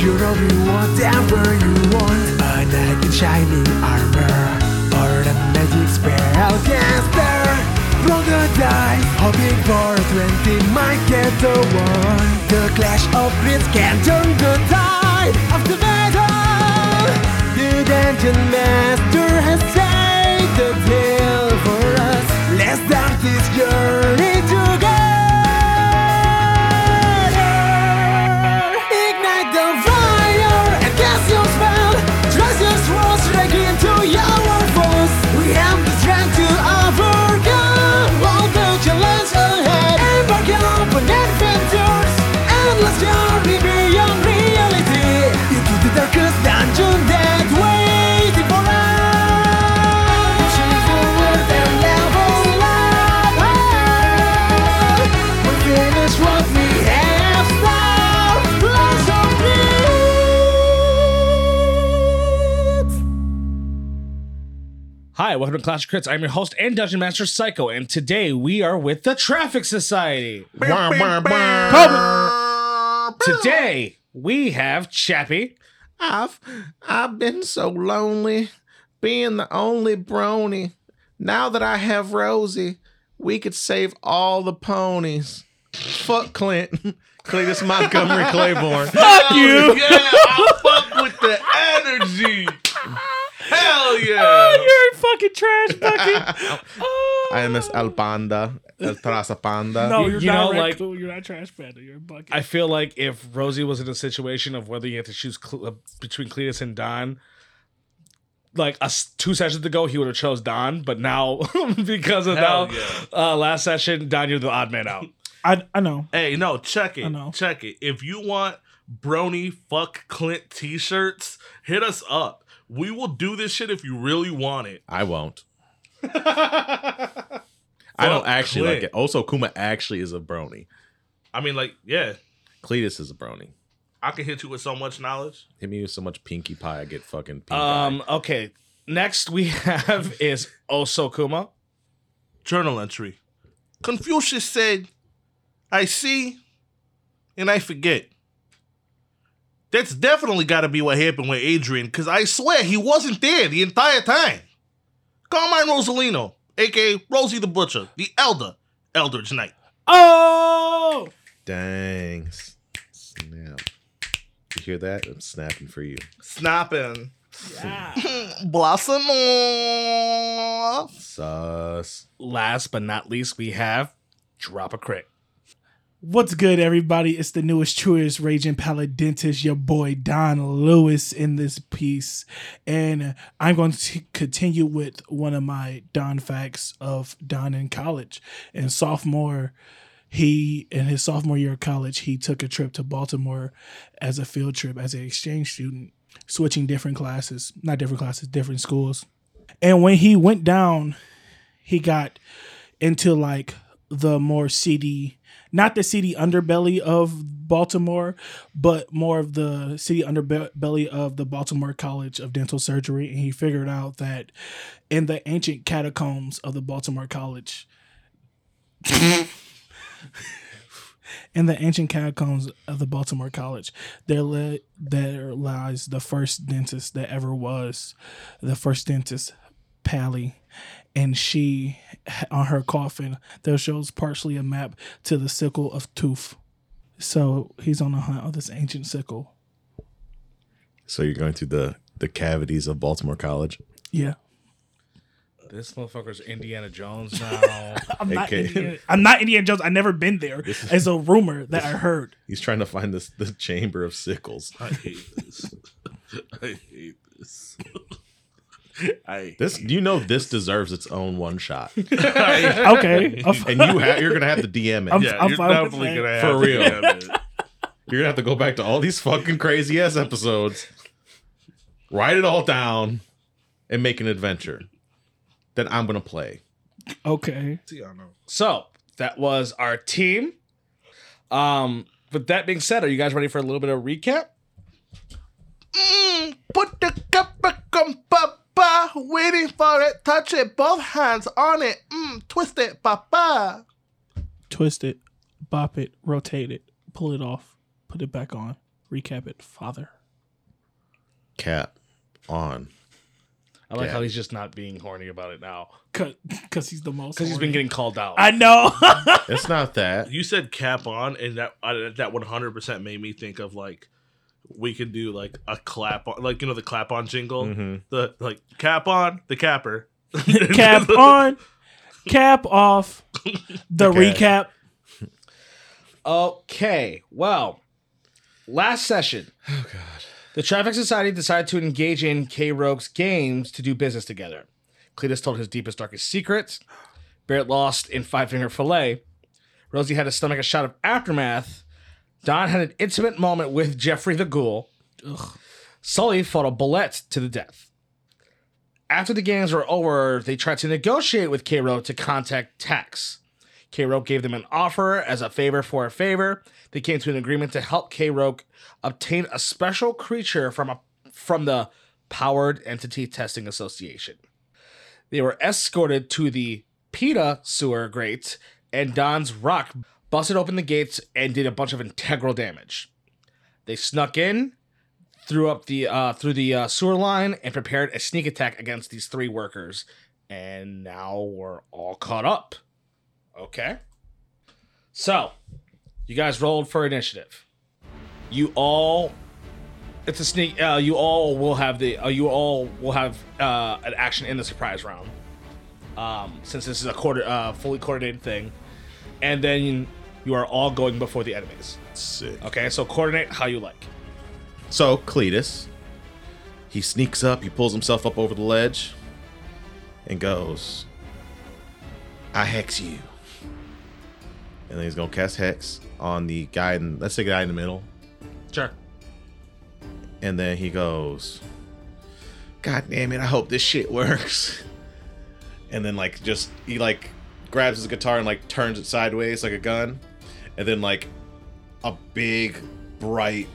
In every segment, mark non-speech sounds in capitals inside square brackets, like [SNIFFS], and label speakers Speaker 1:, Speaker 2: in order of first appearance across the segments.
Speaker 1: You're all you whatever you want A knight in shining armor Or a magic spell caster Roll the die, hoping for a 20 Might get the one The clash of grids can turn the tide Of the battle The dungeon master has saved the tale for us Let's start this journey together Ignite the fire and cast your spell. Trust your swords strike into your foes. We have the strength to overcome all the challenges ahead. Embark on adventures, endless journey beyond reality. Into the darkest dungeon that waiting for us. Pushing forward and level up. We finish what we have started. Blast of it.
Speaker 2: Hi, welcome to Clash of Crits. I'm your host and Dungeon Master Psycho, and today we are with the Traffic Society. Today we have Chappie.
Speaker 3: I've I've been so lonely, being the only brony. Now that I have Rosie, we could save all the ponies. Fuck Clint. [LAUGHS] Cletus
Speaker 4: [LAUGHS]
Speaker 3: Montgomery Claiborne. Oh,
Speaker 4: Fuck you. Yeah, [LAUGHS] I fuck with the energy. Hell Oh, yeah.
Speaker 2: You're a fucking trash bucket.
Speaker 3: I am Miss El Panda. El Traza Panda.
Speaker 1: Oh,
Speaker 5: No,
Speaker 2: You-
Speaker 5: you're
Speaker 2: you know,
Speaker 5: not
Speaker 2: like-
Speaker 5: Red Bull, You're not trash panda. You're a bucket.
Speaker 2: I feel like if Rosie was in a situation of whether you have to choose Cle- uh, between Cletus and Don, like us two sessions ago, he would have chose Don, but now [LAUGHS] because of
Speaker 4: Hell
Speaker 2: now
Speaker 4: yeah.
Speaker 2: uh, last session, Don, you're the odd man out.
Speaker 5: I, I know.
Speaker 4: Hey, no, check
Speaker 5: I
Speaker 4: it.
Speaker 5: know.
Speaker 4: Check it. If you want brony fuck Clint t shirts, hit us up. We will do this shit if you really want it.
Speaker 3: I [LAUGHS] won't. I don't
Speaker 4: Fuck
Speaker 3: actually
Speaker 4: Clint.
Speaker 3: like it. Also, Kuma actually is a brony.
Speaker 4: I mean, like, yeah,
Speaker 3: Cletus is a brony.
Speaker 4: I can hit you with so much knowledge.
Speaker 3: Hit me with so much pinky pie, I get fucking pink
Speaker 2: Um, okay. Next we [LAUGHS] have is Osokuma.
Speaker 4: Journal entry. Confucius said, I see and I forget. That's definitely got to be what happened with Adrian, because I swear he wasn't there the entire time. Carmine Rosalino, aka Rosie the Butcher, the Elder, Eldridge Knight.
Speaker 5: Oh,
Speaker 3: Dang. S- Snap. You hear that? I'm snapping for you.
Speaker 4: Snapping. [LAUGHS]
Speaker 5: yeah.
Speaker 4: Blossom off.
Speaker 3: Sus.
Speaker 2: Last but not least, we have Drop a Crit.
Speaker 5: What's good, everybody? It's the newest, truest, raging paladentist, your boy Don Lewis in this piece. And I'm going to continue with one of my Don facts of Don in college. In sophomore, he, in his sophomore year of college, he took a trip to Baltimore as a field trip as an exchange student, switching different classes, not different classes, different schools. And when he went down, he got into like the more seedy, not the seedy underbelly of Baltimore, but more of the seedy underbelly of the Baltimore College of Dental Surgery. And he figured out that in the ancient catacombs of the Baltimore College, [LAUGHS] in the ancient catacombs of the Baltimore College, there li- there lies the first dentist that ever was, the first dentist, Pally and she on her coffin there shows partially a map to the sickle of tooth so he's on the hunt of this ancient sickle
Speaker 3: So you're going through the the cavities of Baltimore College.
Speaker 5: yeah
Speaker 2: This motherfucker's Indiana Jones
Speaker 5: [LAUGHS]
Speaker 2: now.
Speaker 5: i'm not
Speaker 3: Okay.
Speaker 5: indiana, i'm not indiana jones i've never been there it's a rumor that i heard
Speaker 3: He's trying to find this the chamber of sickles.
Speaker 4: I hate this. I hate this. I,
Speaker 3: This you know this deserves its own one
Speaker 4: [LAUGHS]
Speaker 3: shot.
Speaker 4: I
Speaker 5: okay I'm
Speaker 3: And you ha- you're gonna have to DM it.
Speaker 5: I'm-
Speaker 4: yeah,
Speaker 5: I'm
Speaker 4: you're
Speaker 5: fine with
Speaker 4: definitely
Speaker 5: that.
Speaker 4: gonna have
Speaker 3: For
Speaker 6: [LAUGHS]
Speaker 4: to
Speaker 3: real.
Speaker 4: have it.
Speaker 3: You're gonna have to go back to all these fucking crazy ass episodes, write it all down, and make an adventure that I'm gonna play.
Speaker 5: okay
Speaker 4: Tiano.
Speaker 2: so that was our team. Um, with that being said, are you guys ready for a little bit of recap?
Speaker 4: Mm, put the cup back on papa, waiting for it, touch it, both hands on it, mm, twist it, papa.
Speaker 5: twist it bop it rotate it pull it off put it back on recap it father
Speaker 6: cap on.
Speaker 2: I like
Speaker 6: Yeah.
Speaker 2: how he's just not being horny about it now
Speaker 5: because he's the most.
Speaker 2: because he's
Speaker 5: horny.
Speaker 2: been getting called out.
Speaker 5: I know. [LAUGHS]
Speaker 6: It's not that.
Speaker 4: You said cap on, and that I, that one hundred percent made me think of like we could do like a clap on, like you know the clap on jingle,
Speaker 6: Mhm.
Speaker 4: the like cap on the capper, [LAUGHS]
Speaker 5: cap on, cap off. The
Speaker 6: Okay.
Speaker 5: recap.
Speaker 2: Okay, well, last session. Oh, God. The Traffic Society decided to engage in K Rogue's games to do business together. Cletus told his deepest, darkest secrets. Barrett lost in Five Finger Filet. Rosie had to stomach a shot of aftermath. Don had an intimate moment with Jeffrey the Ghoul. Sully fought a bullet to the death. After the games were over, they tried to negotiate with K Rogue to contact Tax. K Roke gave them an offer as a favor for a favor. They came to an agreement to help K Roke obtain a special creature from a from the Powered Entity Testing Association. They were escorted to the PETA sewer grate, and Don's rock busted open the gates and did a bunch of integral damage. They snuck in, threw up the uh, through the uh, sewer line, and prepared a sneak attack against these three workers. And now we're all caught up. Okay. So, you guys rolled for initiative. You all. It's a sneak. Uh, you all will have the. Uh, you all will have uh, an action in the surprise round, um, since this is a quarter, uh, fully coordinated thing, and then you are all going before the enemies.
Speaker 6: Sick.
Speaker 2: Okay, so coordinate how you like.
Speaker 6: So Cletus, he sneaks up, he pulls himself up over the ledge, and goes, "I hex you." And then he's gonna cast hex on the guy. In, let's say the guy in the middle,
Speaker 2: Sure.
Speaker 6: and then he goes, "God damn it! I hope this shit works." [LAUGHS] And then like just he like grabs his guitar and like turns it sideways like a gun, and then like a big bright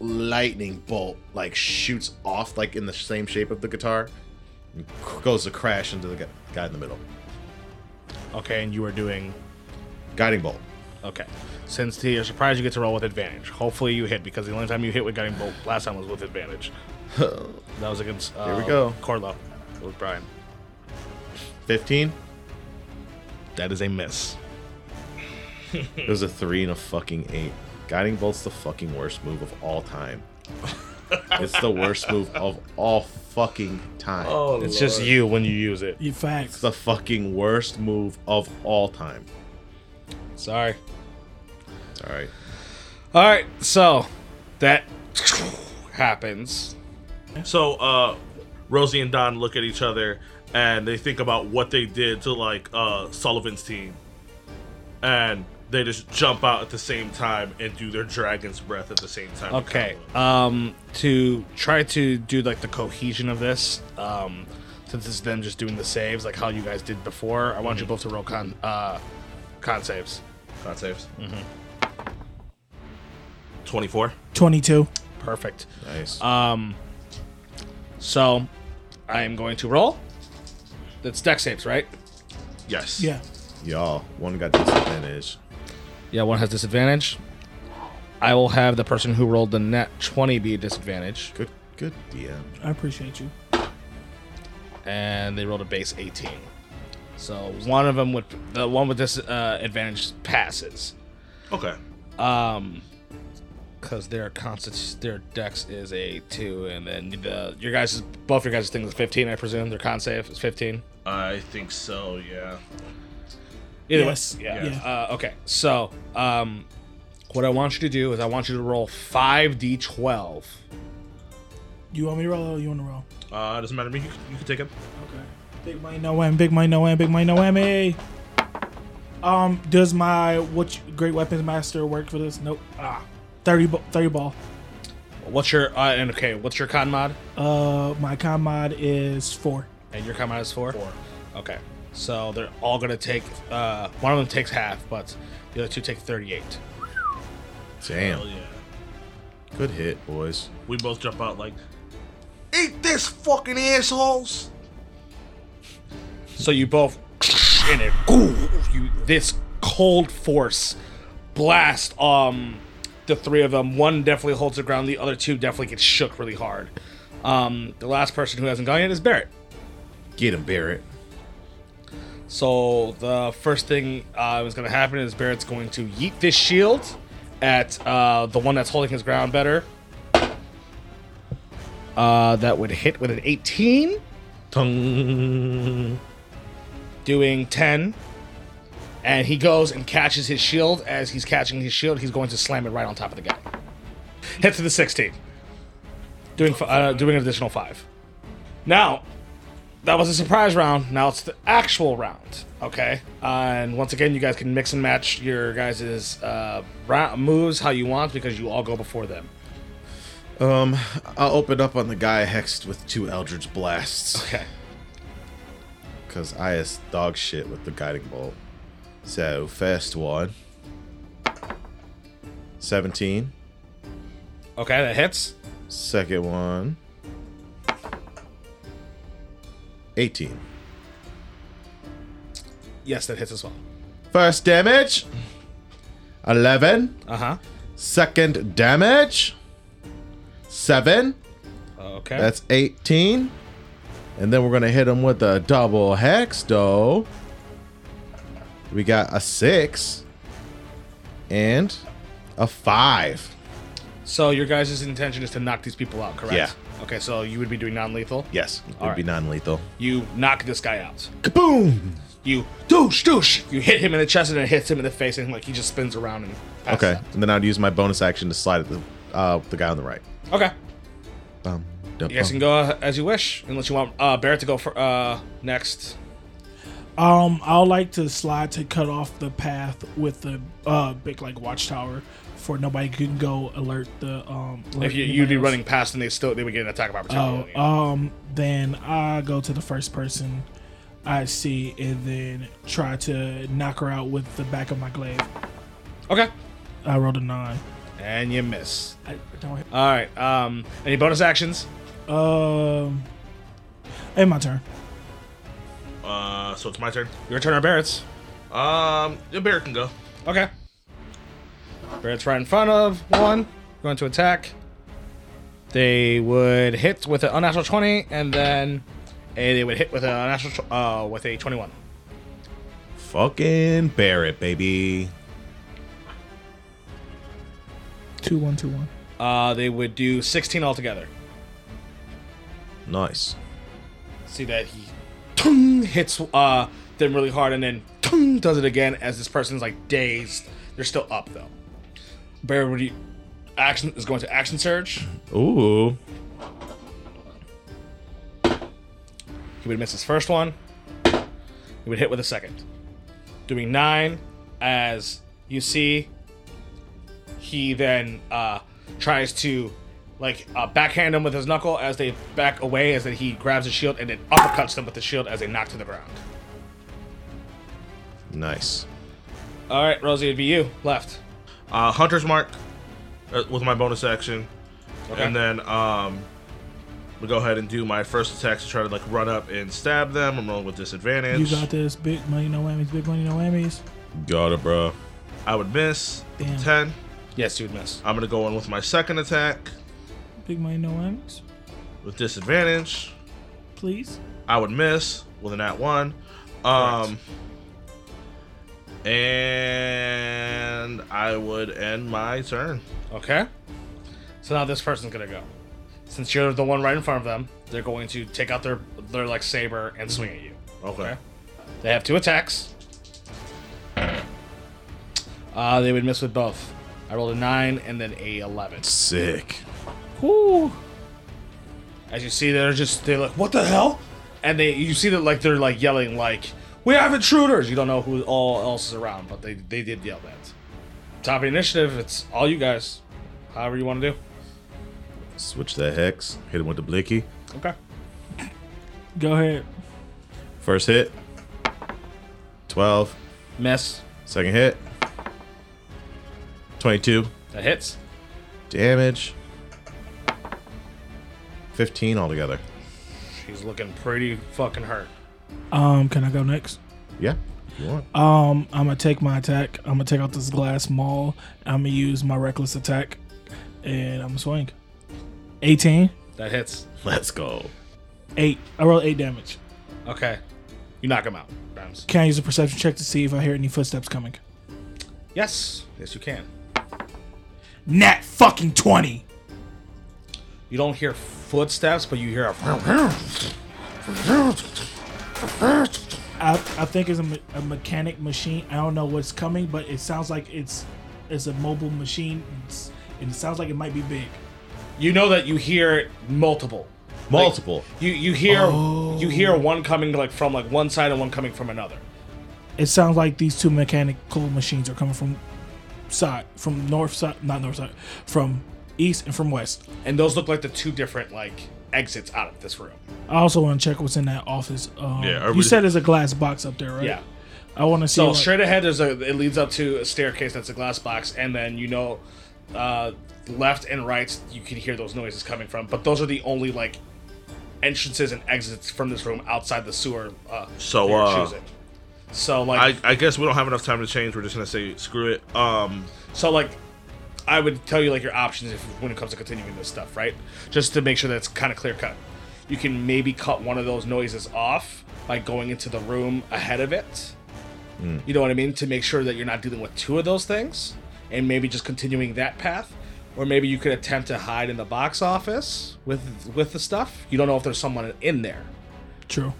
Speaker 6: lightning bolt like shoots off like in the same shape of the guitar, and c- goes to crash into the gu- guy in the middle.
Speaker 2: Okay, and you are doing.
Speaker 6: Guiding bolt.
Speaker 2: Okay. Since to your surprise, you get to roll with advantage. Hopefully, you hit because the only time you hit with guiding bolt last time was with
Speaker 6: [LAUGHS]
Speaker 2: advantage. that was against. Uh,
Speaker 6: Here we go.
Speaker 2: Corlo. It was Brian.
Speaker 6: Fifteen.
Speaker 2: That is a miss.
Speaker 6: It was a three and a fucking eight. Guiding bolt's the fucking worst move of all time. it's the worst move of all fucking time.
Speaker 2: It's just you when you use it.
Speaker 5: You
Speaker 6: It's
Speaker 5: facts.
Speaker 6: the fucking worst move of all time.
Speaker 2: Sorry.
Speaker 6: It's all right.
Speaker 2: All right. So that [SNIFFS] happens.
Speaker 4: So uh, Rosie and Don look at each other and they think about what they did to like uh, Sullivan's team, and they just jump out at the same time and do their dragon's breath at the same time. to
Speaker 2: Okay.
Speaker 4: cover.
Speaker 2: Um, to try to do like the cohesion of this, um, since it's them just doing the saves, like how you guys did before, I want you both to roll con uh, con saves.
Speaker 4: Con saves. Twenty-four.
Speaker 5: Twenty-two.
Speaker 2: Perfect.
Speaker 6: Nice.
Speaker 2: Uh, So I am going to roll. That's deck saves, right?
Speaker 4: Yes.
Speaker 5: Yeah.
Speaker 6: Y'all, one got disadvantage.
Speaker 2: Yeah, one has disadvantage. I will have the person who rolled the net 20 be a disadvantage.
Speaker 6: Good, good DM.
Speaker 5: I appreciate you.
Speaker 2: and they rolled a base 18. So one of them would the one with this uh, advantage passes.
Speaker 4: Okay.
Speaker 2: Um because their consti- their dex is a 2 and then the your guys both your guys thing is 15 I presume their con save is 15.
Speaker 4: I think so. Yeah.
Speaker 2: Either
Speaker 5: Yes.
Speaker 2: way. Yeah.
Speaker 5: Yeah.
Speaker 2: Uh, okay. So, um what I want you to do is I want you to roll 5d12.
Speaker 5: You want me to roll? Or you want to roll?
Speaker 4: Uh, doesn't matter to me. You, can- you can take it.
Speaker 5: Okay. Big money, no whammy. Big money, no whammy. Big money, no whammy. Um, does my what you- great weapons master work for this? Nope. Ah, 30, bo- 30 ball.
Speaker 2: What's your uh, and okay, what's your con mod?
Speaker 5: Uh, my con mod is four.
Speaker 2: And your con mod is 4. 4. Okay. So they're all gonna take. Uh, one of them takes half, but the other two take thirty-eight.
Speaker 4: Hell
Speaker 6: Damn.
Speaker 4: yeah.
Speaker 6: Good hit, boys.
Speaker 4: We both jump out like, eat this fucking assholes.
Speaker 2: So you both, and it, ooh, you this cold force blast. Um, the three of them. One definitely holds the ground. The other two definitely get shook really hard. Um, the last person who hasn't gone yet is Barrett.
Speaker 6: Get him, Barrett.
Speaker 2: So the first thing uh, is going to happen is Barrett's going to yeet this shield at uh, the one that's holding his ground better. Uh, that would hit with an 18,
Speaker 4: Tung.
Speaker 2: doing 10. And he goes and catches his shield. As he's catching his shield, he's going to slam it right on top of the guy. Hit to the 16, doing f- uh, doing an additional five. Now, that was a surprise round. Now it's the actual round. Okay. Uh, and once again, you guys can mix and match your guys' uh, round moves how you want because you all go before them.
Speaker 6: Um, I'll open up on the guy hexed with two Eldritch blasts
Speaker 2: Okay.
Speaker 6: because I is dog shit with the guiding bolt. So first one, 17.
Speaker 2: Okay, that hits.
Speaker 6: Second one, 18.
Speaker 2: Yes, that hits as well.
Speaker 6: First damage, 11.
Speaker 2: Uh huh.
Speaker 6: Second damage, 7.
Speaker 2: Okay.
Speaker 6: That's 18. And then we're going to hit him with a double hex, though. We got a 6 and a 5.
Speaker 2: so your guys' intention is to knock these people out, correct?
Speaker 6: Yeah.
Speaker 2: Okay, so you would be doing non-lethal.
Speaker 6: Yes, it would
Speaker 2: All
Speaker 6: be
Speaker 2: right.
Speaker 6: non lethal.
Speaker 2: You knock this guy out.
Speaker 6: Kaboom!
Speaker 2: You douche douche. You hit him in the chest and it hits him in the face and like he just spins around and. passes
Speaker 6: Okay, and then I'd use my bonus action to slide at the, uh, the guy on the right.
Speaker 2: out. Okay.
Speaker 6: Bum, dum,
Speaker 2: You guys
Speaker 6: bum.
Speaker 2: can go uh, as you wish, unless you want uh, Barrett to go for uh, next.
Speaker 5: Um, I'll like to slide to cut off the path with the uh big like watchtower, for nobody can go alert the um. alert
Speaker 2: If you,
Speaker 5: anyone
Speaker 2: you'd be
Speaker 5: else.
Speaker 2: running past and they still they would get an attack of
Speaker 5: Oh,
Speaker 2: opportunity.
Speaker 5: um, then I go to the first person I see and then try to knock her out with the back of my glaive.
Speaker 2: okay.
Speaker 5: I rolled a nine.
Speaker 2: And you miss.
Speaker 5: I don't.
Speaker 2: All right. Um, any bonus actions?
Speaker 5: Um, and my turn.
Speaker 4: Uh, so it's my turn.
Speaker 2: Your turn or Barrett's?
Speaker 4: Um, the bear can go.
Speaker 2: Okay. Barrett's right in front of one. Going to attack. They would hit with an unnatural twenty, and then and they would hit with a natural tw- uh, with a twenty-one.
Speaker 6: Fucking Barrett, baby.
Speaker 5: Two one two one.
Speaker 2: Uh, they would do sixteen altogether.
Speaker 6: Nice.
Speaker 2: see that he tung, hits uh, them really hard and then tung, does it again as this person's like dazed. They're still up though. Barry would you- action is going to action surge.
Speaker 6: Ooh.
Speaker 2: He would miss his first one. He would hit with a second. Doing nine as you see he then uh, tries to like uh, backhand him with his knuckle as they back away as then he grabs his shield and then uppercuts them with the shield as they knock to the ground.
Speaker 6: Nice.
Speaker 2: All right, Rosie, it'd be you left.
Speaker 4: Uh, Hunter's Mark uh, with my bonus action.
Speaker 2: Okay.
Speaker 4: And then um, we go ahead and do my first attack to try to like run up and stab them. I'm rolling with
Speaker 5: You
Speaker 4: disadvantage.
Speaker 5: got this. Big money, no whammies. Big money, no whammies.
Speaker 6: Got it, bro.
Speaker 4: I would miss with a
Speaker 5: Damn.
Speaker 4: 10.
Speaker 2: Yes, you would miss.
Speaker 4: I'm going to go in with my second attack
Speaker 5: Big money, no whammies.
Speaker 4: with disadvantage.
Speaker 5: Please.
Speaker 4: I would miss with an at one. Um, and I would end my turn.
Speaker 2: Okay. So now this person's gonna go. Since you're the one right in front of them, they're going to take out their their like saber and swing at you.
Speaker 4: Okay.
Speaker 2: They have two attacks. Uh, they would miss with both. I rolled a nine and then a eleven.
Speaker 6: Sick.
Speaker 5: Whoo.
Speaker 2: As you see, they're just they're like, "What the hell?" And they you see that like they're like yelling like, "We have intruders!" You don't know who all else is around, but they they did yell that. Top of initiative. It's all you guys. However you want to do.
Speaker 6: Switch the hex. Hit him with the blicky.
Speaker 2: Okay.
Speaker 5: Go ahead.
Speaker 6: First hit, 12.
Speaker 2: Miss.
Speaker 6: Second hit, 22.
Speaker 2: That hits.
Speaker 6: Damage, 15 altogether.
Speaker 2: She's looking pretty fucking hurt.
Speaker 5: Um, can I go next?
Speaker 6: Yeah. You want.
Speaker 5: Um, I'm gonna take my attack. I'm gonna take out this glass maul. I'm gonna use my reckless attack, and I'm gonna swing. 18.
Speaker 2: That hits.
Speaker 6: Let's go.
Speaker 5: Eight. I rolled eight damage.
Speaker 2: Okay. You knock him out, Grimes.
Speaker 5: Can I use a perception check to see if I hear any footsteps coming?
Speaker 2: Yes. Yes, you can.
Speaker 5: Nat fucking 20.
Speaker 2: You don't hear footsteps, but you hear a.
Speaker 5: I, I think it's a, me- a mechanic machine. I don't know what's coming, but it sounds like it's it's a mobile machine. It's, and it sounds like it might be big.
Speaker 2: You know that you hear multiple.
Speaker 6: Multiple.
Speaker 2: You you hear you hear one coming like from like one side and one coming from another.
Speaker 5: It sounds like these two mechanical machines are coming from side, from north side, not north side, from east and from west.
Speaker 2: And those look like the two different like exits out of this room.
Speaker 5: I also want to check what's in that office. Um,
Speaker 4: Yeah, are
Speaker 5: you
Speaker 4: we-
Speaker 5: said there's a glass box up there, right?
Speaker 2: Yeah.
Speaker 5: I want to see.
Speaker 2: So
Speaker 5: what-
Speaker 2: straight ahead, there's a it leads up to a staircase that's a glass box, and then you know, uh, left and right you can hear those noises coming from. But those are the only like entrances and exits from this room outside the sewer. Uh,
Speaker 4: So,
Speaker 2: that you're
Speaker 4: uh,
Speaker 2: choosing. so like
Speaker 4: I, I guess we don't have enough time to change. We're just gonna say screw it. Um,
Speaker 2: so like. I would tell you like your options if when it comes to continuing this stuff, right? Just to make sure that's kind of clear cut. You can maybe cut one of those noises off by going into the room ahead of it. You know what I mean? To make sure that you're not dealing with two of those things and maybe just continuing that path. Or maybe you could attempt to hide in the box office with with the stuff. You don't know if there's someone in there.
Speaker 5: True.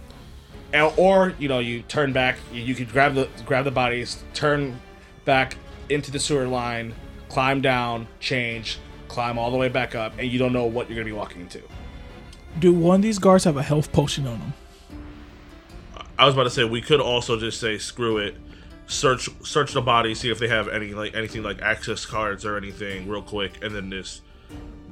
Speaker 2: And- Or, you know, you turn back, you, you could grab the grab the bodies, turn back into the sewer line, climb down, change, climb all the way back up, and you don't know what you're gonna be walking into.
Speaker 5: Do one of these guards have a health potion on them?
Speaker 4: I was about to say we could also just say screw it. Search search the body, see if they have any like anything like access cards or anything real quick, and then just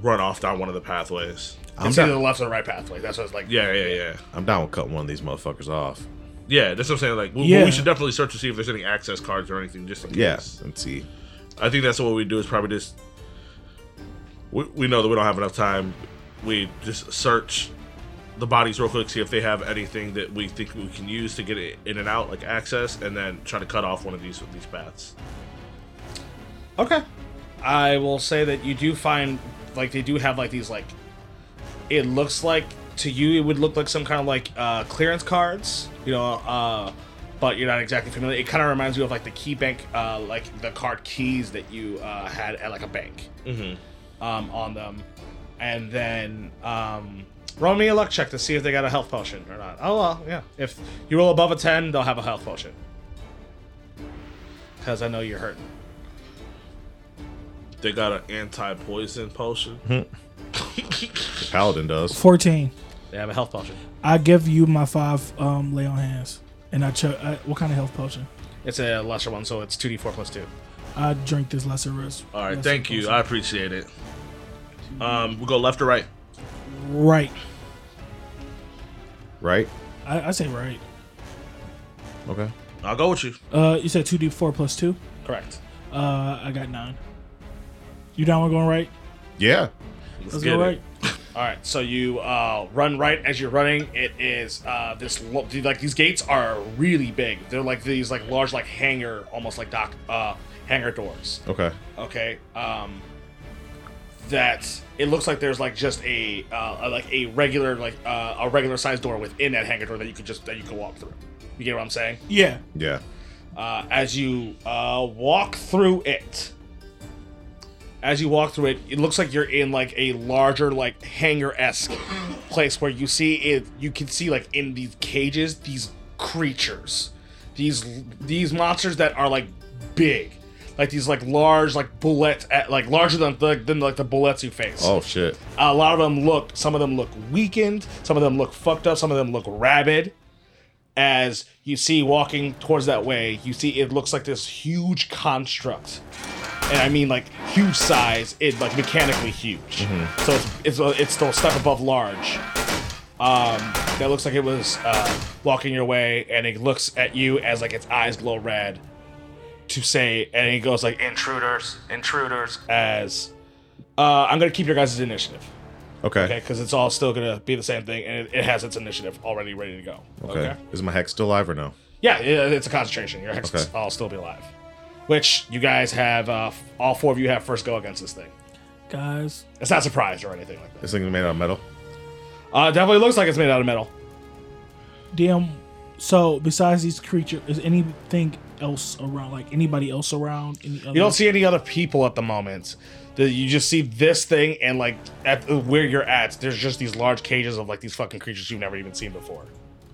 Speaker 4: run off down one of the pathways.
Speaker 6: I'm
Speaker 2: it's either the
Speaker 6: down,
Speaker 2: left or the right pathway. That's what it's like.
Speaker 4: Yeah, yeah, yeah,
Speaker 6: I'm down with cutting one of these motherfuckers off.
Speaker 4: yeah. That's what I'm saying. Like, we,
Speaker 5: Yeah.
Speaker 4: we should definitely search to see if there's any access cards or anything, just in case.
Speaker 6: Yes. Let's see.
Speaker 4: I think that's what we do is probably just we, we know that we don't have enough time. We just search the bodies real quick, see if they have anything that we think we can use to get it in and out, like access, and then try to cut off one of these these paths.
Speaker 2: Okay. I will say that you do find like they do have like these like it looks like to you it would look like some kind of like uh clearance cards, you know, uh but you're not exactly familiar. It kind of reminds you of like the key bank uh like the card keys that you uh had at like a bank. Mm-hmm. Um on them. And then um roll me a luck check to see if they got a health potion or not. Oh well, yeah. If you roll above a 10, they'll have a health potion. Cuz I know you're hurting.
Speaker 4: They got an anti poison potion.
Speaker 6: The paladin does.
Speaker 5: 14.
Speaker 2: They have a health potion.
Speaker 5: I give you my five um, lay on hands. And I check. I, what kind of health potion?
Speaker 2: It's a lesser one, so it's 2d4 plus 2.
Speaker 5: I drink this lesser risk.
Speaker 4: All right, thank you. I appreciate it. Um, we go left or right.
Speaker 5: Right.
Speaker 6: Right?
Speaker 5: I, I say right.
Speaker 6: Okay.
Speaker 4: I'll go with you.
Speaker 5: Uh, you said 2d4 plus 2.
Speaker 2: Correct.
Speaker 5: Uh, I got 9. You down with going right?
Speaker 6: Yeah.
Speaker 4: Let's,
Speaker 5: Let's
Speaker 4: get
Speaker 5: go
Speaker 4: it.
Speaker 5: right.
Speaker 2: All right, so you uh, run right as you're running. It is uh, this lo- dude, like these gates are really big. They're like these like large like hangar, almost like dock uh, hangar doors.
Speaker 6: Okay.
Speaker 2: Okay, um, that it looks like there's like just a, uh, a like a regular like uh, a regular sized door within that hangar door that you could just that you could walk through. You get what I'm saying?
Speaker 5: Yeah.
Speaker 6: Yeah.
Speaker 2: uh, as you uh, walk through it as you walk through it it looks like you're in like a larger like hangar-esque place where you see it you can see like in these cages these creatures these these monsters that are like big like these like large like bullets at, like larger than, than than like the bullets you face
Speaker 6: Oh shit.
Speaker 2: a lot of them look, some of them look weakened, some of them look fucked up, some of them look rabid. As you see walking towards that way, you see it looks like this huge construct. And I mean like huge size, it like mechanically huge. So it's, it's a- it's still a step above large. Um, that looks like it was uh, walking your way, and it looks at you as like its eyes glow red to say, and it goes like intruders, intruders. As uh, I'm gonna keep your guys' initiative.
Speaker 6: Okay.
Speaker 2: Okay,
Speaker 6: Okay.
Speaker 2: because it's all still gonna be the same thing, and it, it has its initiative already ready to go. Okay.
Speaker 6: Is my hex still alive or no?
Speaker 2: Yeah, it, it's a concentration. Your hex
Speaker 6: Okay.
Speaker 2: all still be alive. Which you guys have, uh, f- all four of you have first go against this thing.
Speaker 5: Guys,
Speaker 2: It's not surprised or anything like that.
Speaker 6: This thing is made out of metal.
Speaker 2: Uh, definitely looks like it's made out of metal.
Speaker 5: Damn. So besides these creatures, is anything else around? Like anybody else around? Any other?
Speaker 2: You don't see any other people at the moment. The- You just see this thing, and like at uh, where you're at, there's just these large cages of like these fucking creatures you've never even seen before.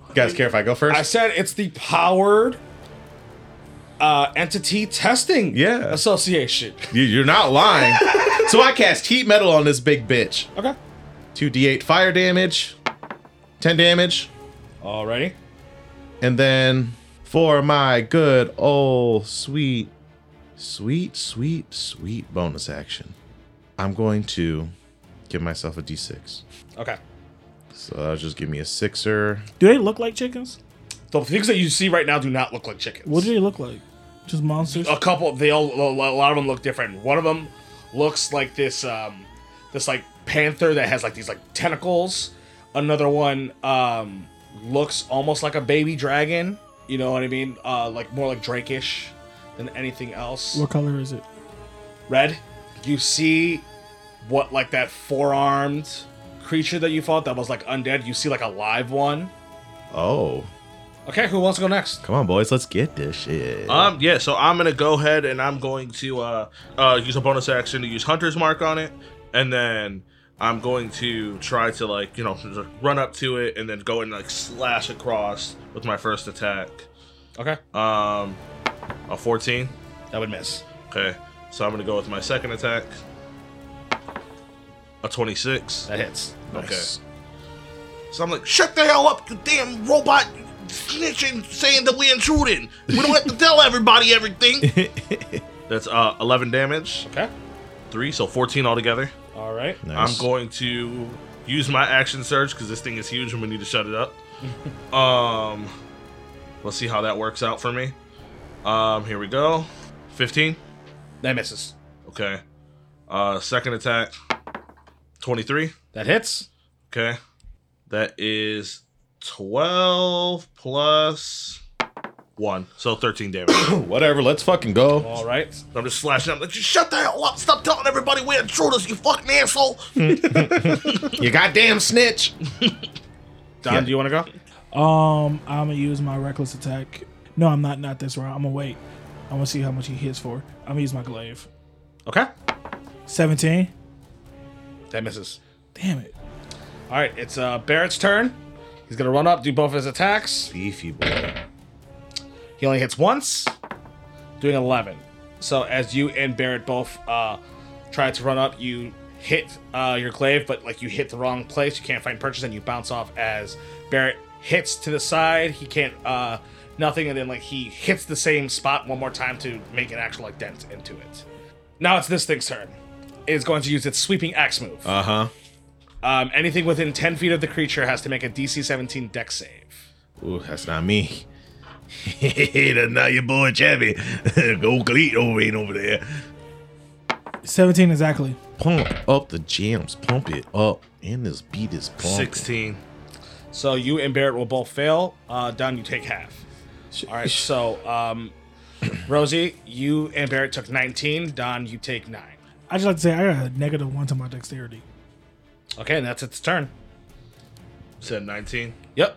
Speaker 6: You guys care if I go first?
Speaker 2: I said it's the powered uh, entity testing
Speaker 6: Yeah.
Speaker 2: association. [LAUGHS]
Speaker 6: You, you're not [LAUGHS] lying. so I cast heat metal on this big bitch.
Speaker 2: Okay.
Speaker 6: 2d8 fire damage, 10 damage,
Speaker 2: Alrighty.
Speaker 6: and then for my good old sweet, sweet, sweet, sweet bonus action, I'm going to give myself a d6.
Speaker 2: Okay.
Speaker 6: So that'll just give me a sixer.
Speaker 5: Do they look like chickens?
Speaker 2: The things that you see right now do not look like chickens.
Speaker 5: What do they look like? Just monsters.
Speaker 4: Oh.
Speaker 2: a couple they all a lot of them look different one of them looks like this um this like panther that has like these like tentacles another one um looks almost like a baby dragon you know what i mean uh like more like drakeish than anything else
Speaker 5: What color is it?
Speaker 2: red you see what like that four-armed creature that you fought that was like undead you see like a live one
Speaker 6: Oh,
Speaker 2: okay who wants to go next
Speaker 6: come on, boys. Let's get this shit.
Speaker 4: Um, yeah, so I'm gonna go ahead and I'm going to uh, uh, use a bonus action to use Hunter's Mark on it, and then I'm going to try to like you know just run up to it and then go and like slash across with my first attack.
Speaker 2: okay
Speaker 4: Um, a 14.
Speaker 2: that would miss
Speaker 4: Okay, so I'm gonna go with my second attack. A 26.
Speaker 2: that hits
Speaker 6: Nice.
Speaker 4: So I'm like, shut the hell up, you damn robot! you Snitching, saying that we intruding. We don't have to tell everybody everything. [LAUGHS] That's uh, 11 damage.
Speaker 2: okay
Speaker 4: three, so 14 altogether.
Speaker 2: all right
Speaker 6: nice.
Speaker 4: I'm going to use my action surge because this thing is huge and we need to shut it up. um, let's see how that works out for me. Um, here we go. 15.
Speaker 2: that misses
Speaker 4: Okay. Uh, second attack. 23.
Speaker 2: that hits
Speaker 4: Okay. That is 12 plus 1. So 13 damage. [COUGHS]
Speaker 6: Whatever. Let's fucking go.
Speaker 2: all right
Speaker 4: I'm just slashing up. Like, just shut the hell up. Stop telling everybody we're intruders, you fucking asshole.
Speaker 6: You goddamn snitch.
Speaker 2: Don,
Speaker 6: Yeah.
Speaker 2: do you want to go?
Speaker 5: Um, I'm gonna use my reckless attack. No, I'm not. Not this round. I'm gonna wait. I'm gonna see how much he hits for. I'm gonna use my glaive.
Speaker 2: Okay.
Speaker 5: Seventeen.
Speaker 2: That misses.
Speaker 5: Damn it.
Speaker 2: All right, it's uh, Barrett's turn. He's gonna run up, do both his attacks.
Speaker 6: Beefy boy.
Speaker 2: He only hits once, doing 11. So as you and Barrett both uh, try to run up, you hit uh, your glaive, but like you hit the wrong place. You can't find purchase, and you bounce off as Barrett hits to the side. He can't uh, nothing, and then like he hits the same spot one more time to make an actual like dent into it. Now it's this thing's turn. It's going to use its sweeping axe move.
Speaker 6: Uh huh.
Speaker 4: Uh-huh.
Speaker 2: Um, anything within 10 feet of the creature has to make a DC 17 deck save.
Speaker 6: Ooh, that's not me. [LAUGHS] that's not your boy Chevy. [LAUGHS] Go cleat over ain't over there.
Speaker 5: Seventeen exactly.
Speaker 6: Pump up the jams, pump it up, and this beat is pumping.
Speaker 4: 16.
Speaker 2: So you and Barrett will both fail. Uh, Don, you take half. All right, so um, Rosie, you and Barrett took 19. Don, you take 9.
Speaker 5: I just like to say I got a negative one to my dexterity.
Speaker 2: Okay, and that's its turn.
Speaker 4: Said 19.
Speaker 2: Yep.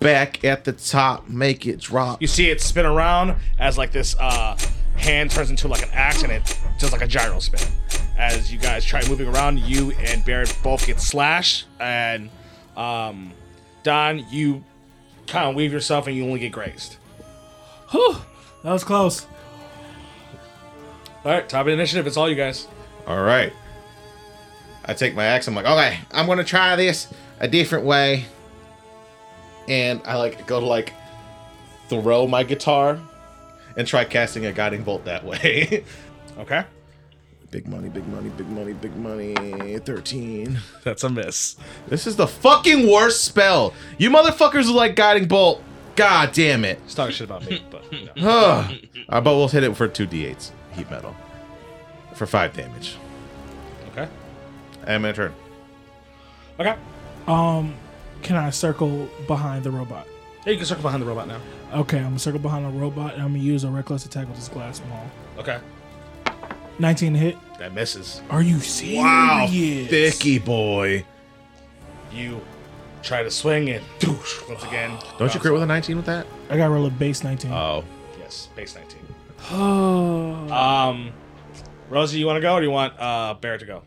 Speaker 6: Back at the top, make it drop.
Speaker 2: You see it spin around as like this uh, hand turns into like an axe and it does like a gyro spin. As you guys try moving around, you and Barrett both get slashed, and um, Don, you kind of weave yourself and you only get grazed.
Speaker 5: Whew, that was close.
Speaker 2: All right, top of the initiative. It's all you guys.
Speaker 6: All right. I take my axe. I'm like, okay, I'm gonna try this a different way. And I like go to like throw my guitar and try casting a guiding bolt that way. [LAUGHS]
Speaker 2: Okay,
Speaker 6: big money, big money, big money, big money. Thirteen.
Speaker 2: that's a miss.
Speaker 6: This is the fucking worst spell. You motherfuckers are like guiding bolt. God damn it.
Speaker 2: It's talking shit about [LAUGHS] me, but no.
Speaker 6: Ugh. Uh, but we'll hit it for two d8s heat metal for five damage.
Speaker 2: okay,
Speaker 6: I'm gonna turn.
Speaker 2: okay.
Speaker 5: Um, can I circle behind the robot?
Speaker 2: Yeah, you can circle behind the robot now.
Speaker 5: Okay, I'm gonna circle behind the robot and I'm gonna use a reckless attack with this glass maul.
Speaker 2: Okay,
Speaker 5: 19 to hit.
Speaker 2: that misses.
Speaker 5: Are you serious?
Speaker 6: boy.
Speaker 2: You try to swing and doosh, once again.
Speaker 6: Don't you crit with a 19 with that?
Speaker 5: I got to roll a base 19.
Speaker 6: Oh.
Speaker 2: Yes, base [SIGHS] 19.
Speaker 5: oh.
Speaker 2: Um, Rosie, you want to go or do you want uh, Barrett to go?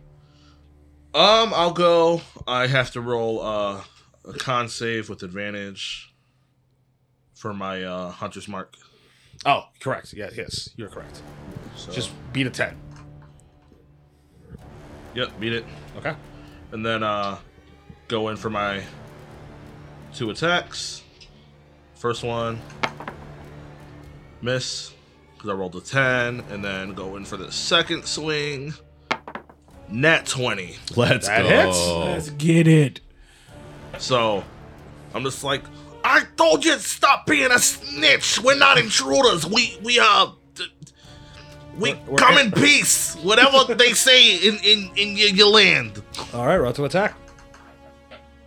Speaker 4: Um, I'll go. I have to roll uh, a con save with advantage for my uh, hunter's mark.
Speaker 2: Oh, correct. Yeah, yes, you're correct.
Speaker 4: So,
Speaker 2: Just beat a 10.
Speaker 4: yep, beat it,
Speaker 2: Okay.
Speaker 4: and then uh, go in for my two attacks. First one, miss because I rolled a ten, and then go in for the second swing. Nat twenty.
Speaker 6: Let's
Speaker 2: That
Speaker 6: go.
Speaker 5: Let's get it.
Speaker 4: So I'm just like, I told you to stop being a snitch. We're not intruders. We we are. d- We
Speaker 2: We're- we're
Speaker 4: come in
Speaker 2: in-
Speaker 4: peace. Whatever they say in in in your, your land.
Speaker 2: All right, roll to attack.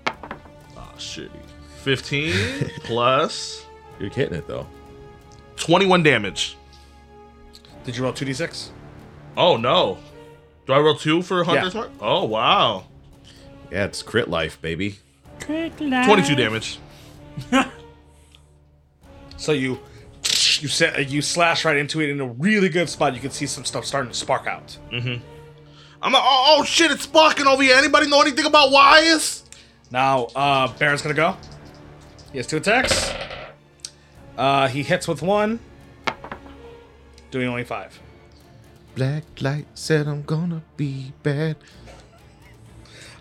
Speaker 4: Ah, shitty. Fifteen plus
Speaker 6: You're hitting it though.
Speaker 4: twenty-one damage.
Speaker 2: Did you roll 2d6?
Speaker 4: Oh no. Do I roll two for Hunter's
Speaker 2: Yeah.
Speaker 4: Mark? Oh wow.
Speaker 6: Yeah, it's crit life, baby.
Speaker 4: Twenty-two damage.
Speaker 2: So you you set, you slash right into it in a really good spot. You can see some stuff starting to spark out.
Speaker 4: I'm like, oh, oh shit, it's sparking over here. Anybody know anything about wires?
Speaker 2: Now, uh, Baron's gonna go. He has two attacks. Uh, he hits with one, doing only five.
Speaker 6: Black light said I'm gonna be bad.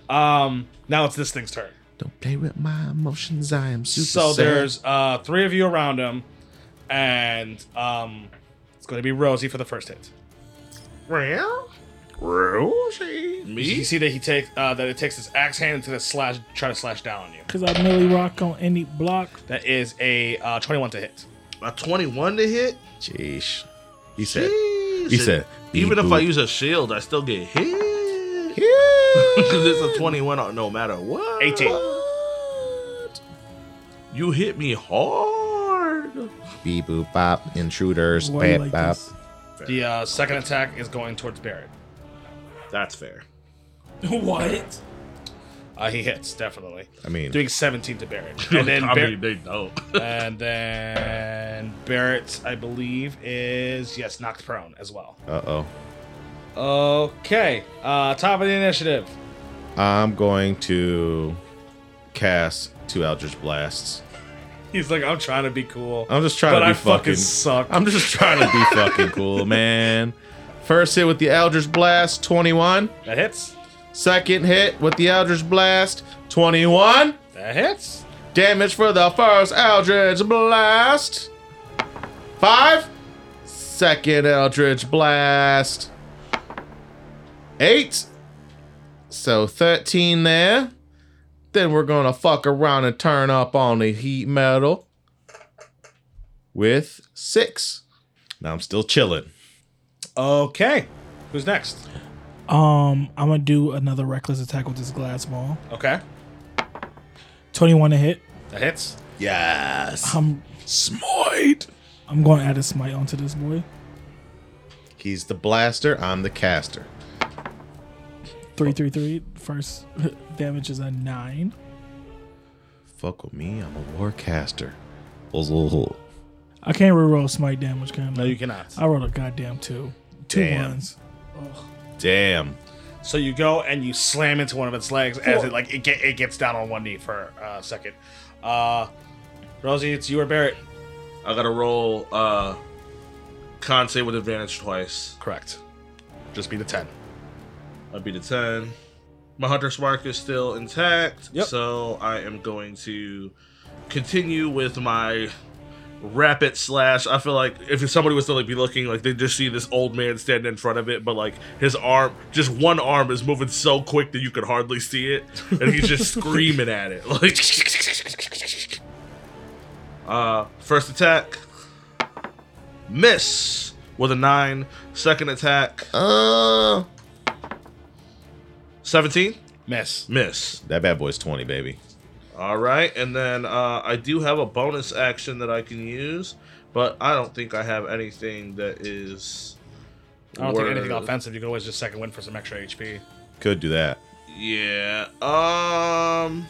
Speaker 2: Um, now it's this thing's turn.
Speaker 6: Don't play with my emotions. I am super
Speaker 2: so
Speaker 6: sad.
Speaker 2: there's uh, three of you around him, and um, it's gonna be Rosie for the first hit.
Speaker 4: Well, Rosie.
Speaker 2: You
Speaker 4: Me?
Speaker 2: see that he takes uh, that it takes his axe hand to the slash, try to slash down on you.
Speaker 5: Because I Millie Rock on any block.
Speaker 2: That is a uh, 21 to hit.
Speaker 4: A twenty-one to hit.
Speaker 6: Jeesh. He said. He
Speaker 4: Jeez.
Speaker 6: said.
Speaker 4: Even if
Speaker 6: "Beep
Speaker 4: I
Speaker 6: boop."
Speaker 4: use a shield, I still get hit. [LAUGHS] Because it's a 21 on- no matter what.
Speaker 2: 18.
Speaker 4: You hit me hard.
Speaker 6: beep boop bop intruders
Speaker 5: Why you
Speaker 6: bap
Speaker 5: like
Speaker 6: bap.
Speaker 5: this?
Speaker 2: The uh, second attack is going towards Barrett.
Speaker 4: That's fair.
Speaker 5: what?
Speaker 2: Uh, he hits definitely,
Speaker 6: I mean,
Speaker 2: doing 17 to
Speaker 4: [LAUGHS]
Speaker 2: Barrett, and then
Speaker 4: I
Speaker 2: Bar-
Speaker 4: mean, they know.
Speaker 2: and then Barrett, I believe, is yes knocked prone as well.
Speaker 6: uh oh.
Speaker 2: Okay, uh, top of the initiative.
Speaker 6: I'm going to cast two Eldritch blasts.
Speaker 2: He's like, I'm trying to be cool.
Speaker 6: I'm just trying
Speaker 2: But
Speaker 6: to be
Speaker 2: I fucking
Speaker 6: fucking,
Speaker 2: suck.
Speaker 6: I'm just trying to
Speaker 2: [LAUGHS]
Speaker 6: be fucking cool, man. First hit with the Eldritch blast, 21.
Speaker 2: that hits.
Speaker 6: Second hit with the Eldritch blast, 21.
Speaker 2: That hits.
Speaker 6: Damage for the first Eldritch Blast. Five. Second Eldritch Blast. Eight. So 13 there. Then we're going to fuck around and turn up on the heat metal with six. Now I'm still chilling.
Speaker 2: Okay, who's next?
Speaker 5: Um, I'm gonna do another reckless attack with this glass ball.
Speaker 2: Okay,
Speaker 5: 21 to hit.
Speaker 2: that hits.
Speaker 6: Yes.
Speaker 5: I'm
Speaker 6: Smite.
Speaker 5: I'm gonna add a smite onto this boy.
Speaker 6: He's the blaster. I'm the caster.
Speaker 5: Three, three, three. First [LAUGHS] damage is a nine.
Speaker 6: Fuck with me. I'm a war caster. Buzzle.
Speaker 5: I can't reroll smite damage, can I?
Speaker 2: No, you cannot.
Speaker 5: I rolled a goddamn two, two ones.
Speaker 6: Damn. Damn.
Speaker 2: So you go and you slam into one of its legs as it like it, get, it gets down on one knee for uh, a second. Uh, Rosie, it's you or Barrett.
Speaker 4: I gotta roll uh con save with advantage twice.
Speaker 2: Correct. Just be the ten.
Speaker 4: I beat a 10. My hunter's mark is still intact.
Speaker 2: Yep.
Speaker 4: So I am going to continue with my rapid slash. I feel like if somebody was to like be looking, like they just see this old man standing in front of it, but like his arm, just one arm is moving so quick that you could hardly see it, and he's just screaming at it. Like, uh, first attack, miss with a nine. Second attack,
Speaker 6: Uh.
Speaker 4: seventeen,
Speaker 2: Miss.
Speaker 4: miss.
Speaker 6: That bad boy's 20, baby.
Speaker 4: All right, and then uh, I do have a bonus action that I can use, but I don't think I have anything that is.
Speaker 2: I don't think anything
Speaker 4: worth-
Speaker 2: offensive. You can always just second win for some extra HP.
Speaker 6: Could do that.
Speaker 4: Yeah. Um.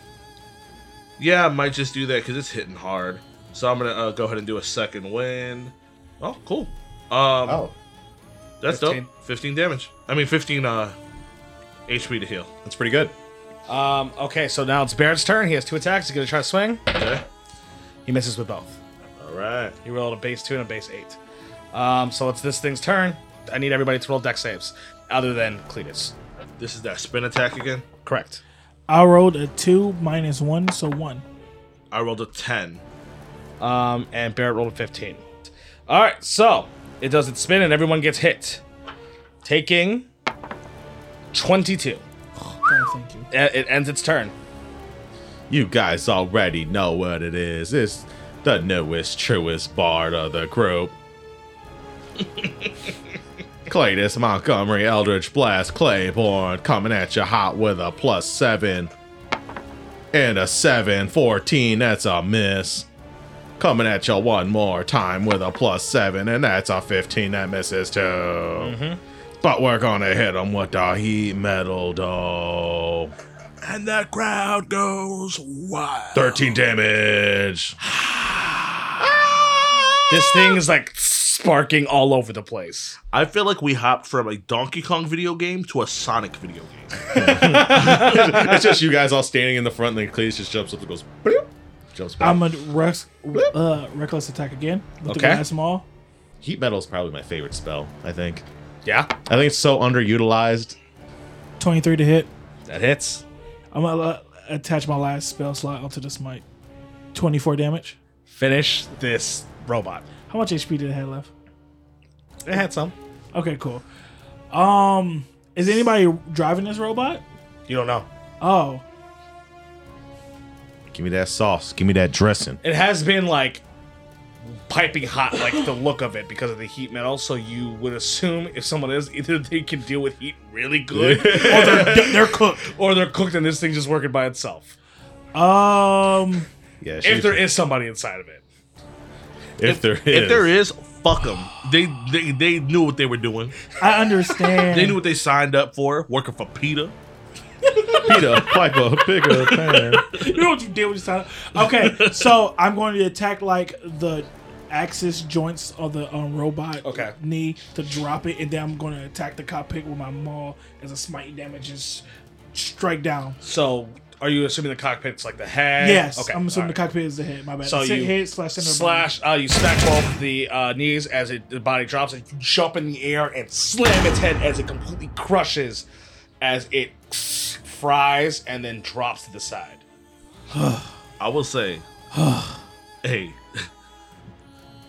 Speaker 4: Yeah, I might just do that because it's hitting hard. So I'm gonna uh, go ahead and do a second win. Oh, cool. Um,
Speaker 6: Oh,
Speaker 4: that's
Speaker 2: 15.
Speaker 4: dope. 15 damage. I mean, 15 uh, HP to heal.
Speaker 6: that's pretty good.
Speaker 2: Um, okay, so now it's Barrett's turn. He has two attacks. He's gonna try to swing.
Speaker 4: Okay.
Speaker 2: He misses with both.
Speaker 4: All right.
Speaker 2: He rolled a base two and a base eight. Um, so it's this thing's turn. I need everybody to roll deck saves, other than Cletus.
Speaker 4: This is that spin attack again.
Speaker 2: Correct.
Speaker 5: I rolled a two minus one, so one.
Speaker 4: I rolled a 10.
Speaker 2: Um, and Barrett rolled a 15. All right, so it does its spin and everyone gets hit, taking 22.
Speaker 5: Oh, thank you.
Speaker 2: A- Uh, It ends its turn.
Speaker 6: You guys already know what it is. It's the newest, truest bard of the group. Cletus Montgomery Eldritch Blast Claiborne coming at you hot with a plus seven. And a seven fourteen. that's a miss. Coming at you one more time with a plus seven, and that's a 15 that misses too. But we're gonna hit him with the heat metal though.
Speaker 4: And that crowd goes wild.
Speaker 6: 13 damage.
Speaker 2: This thing is like sparking all over the place.
Speaker 4: I feel like we hopped from a Donkey Kong video game to a Sonic video game.
Speaker 6: it's just you guys all standing in the front, and then Cletus just jumps up and goes, bloop, jumps back.
Speaker 5: I'm a rex, uh, reckless attack again with the
Speaker 2: Okay.
Speaker 5: glass maul.
Speaker 6: Heat metal is probably my favorite spell, I think.
Speaker 2: Yeah,
Speaker 6: I think it's so underutilized.
Speaker 5: Twenty three to hit.
Speaker 2: that hits.
Speaker 5: I'm gonna uh, attach my last spell slot onto this mic. Twenty four damage.
Speaker 2: Finish this robot.
Speaker 5: How much HP did it have left?
Speaker 2: It had some.
Speaker 5: Okay, cool. Um, is anybody driving this robot?
Speaker 2: You don't know.
Speaker 5: Oh,
Speaker 6: Give me that sauce. Give me that dressing.
Speaker 2: It has been like piping hot, like the look of it because of the heat metal. So you would assume if someone is either they can deal with heat really good, or
Speaker 5: [LAUGHS]
Speaker 2: they're, they're cooked, or they're cooked, and this thing's just working by itself.
Speaker 5: um,
Speaker 6: Yeah,
Speaker 2: If there is somebody inside of it,
Speaker 6: if there is,
Speaker 4: If there is, fuck them. They, they they knew what they were doing.
Speaker 5: I understand.
Speaker 4: They knew what they signed up for. Working for PETA.
Speaker 6: Peter, Piper, Picker, Pan.
Speaker 5: [LAUGHS] you know what you did when you started. Okay, so I'm going to attack like the axis joints of the um, robot
Speaker 2: Okay.
Speaker 5: knee to drop it, and then I'm going to attack the cockpit with my maul as a smite damage and s- strike down.
Speaker 2: so are you assuming the cockpit's like the head?
Speaker 5: yes, I'm assuming
Speaker 2: alright.
Speaker 5: the cockpit is the head. My bad.
Speaker 2: So
Speaker 5: It's
Speaker 2: you
Speaker 5: head slash center
Speaker 2: Slash, uh, you smack both the uh, knees as it, the body drops, and you jump in the air and slam its head as it completely crushes, as it fries and then drops to the side.
Speaker 4: I will say, [SIGHS] hey, [LAUGHS]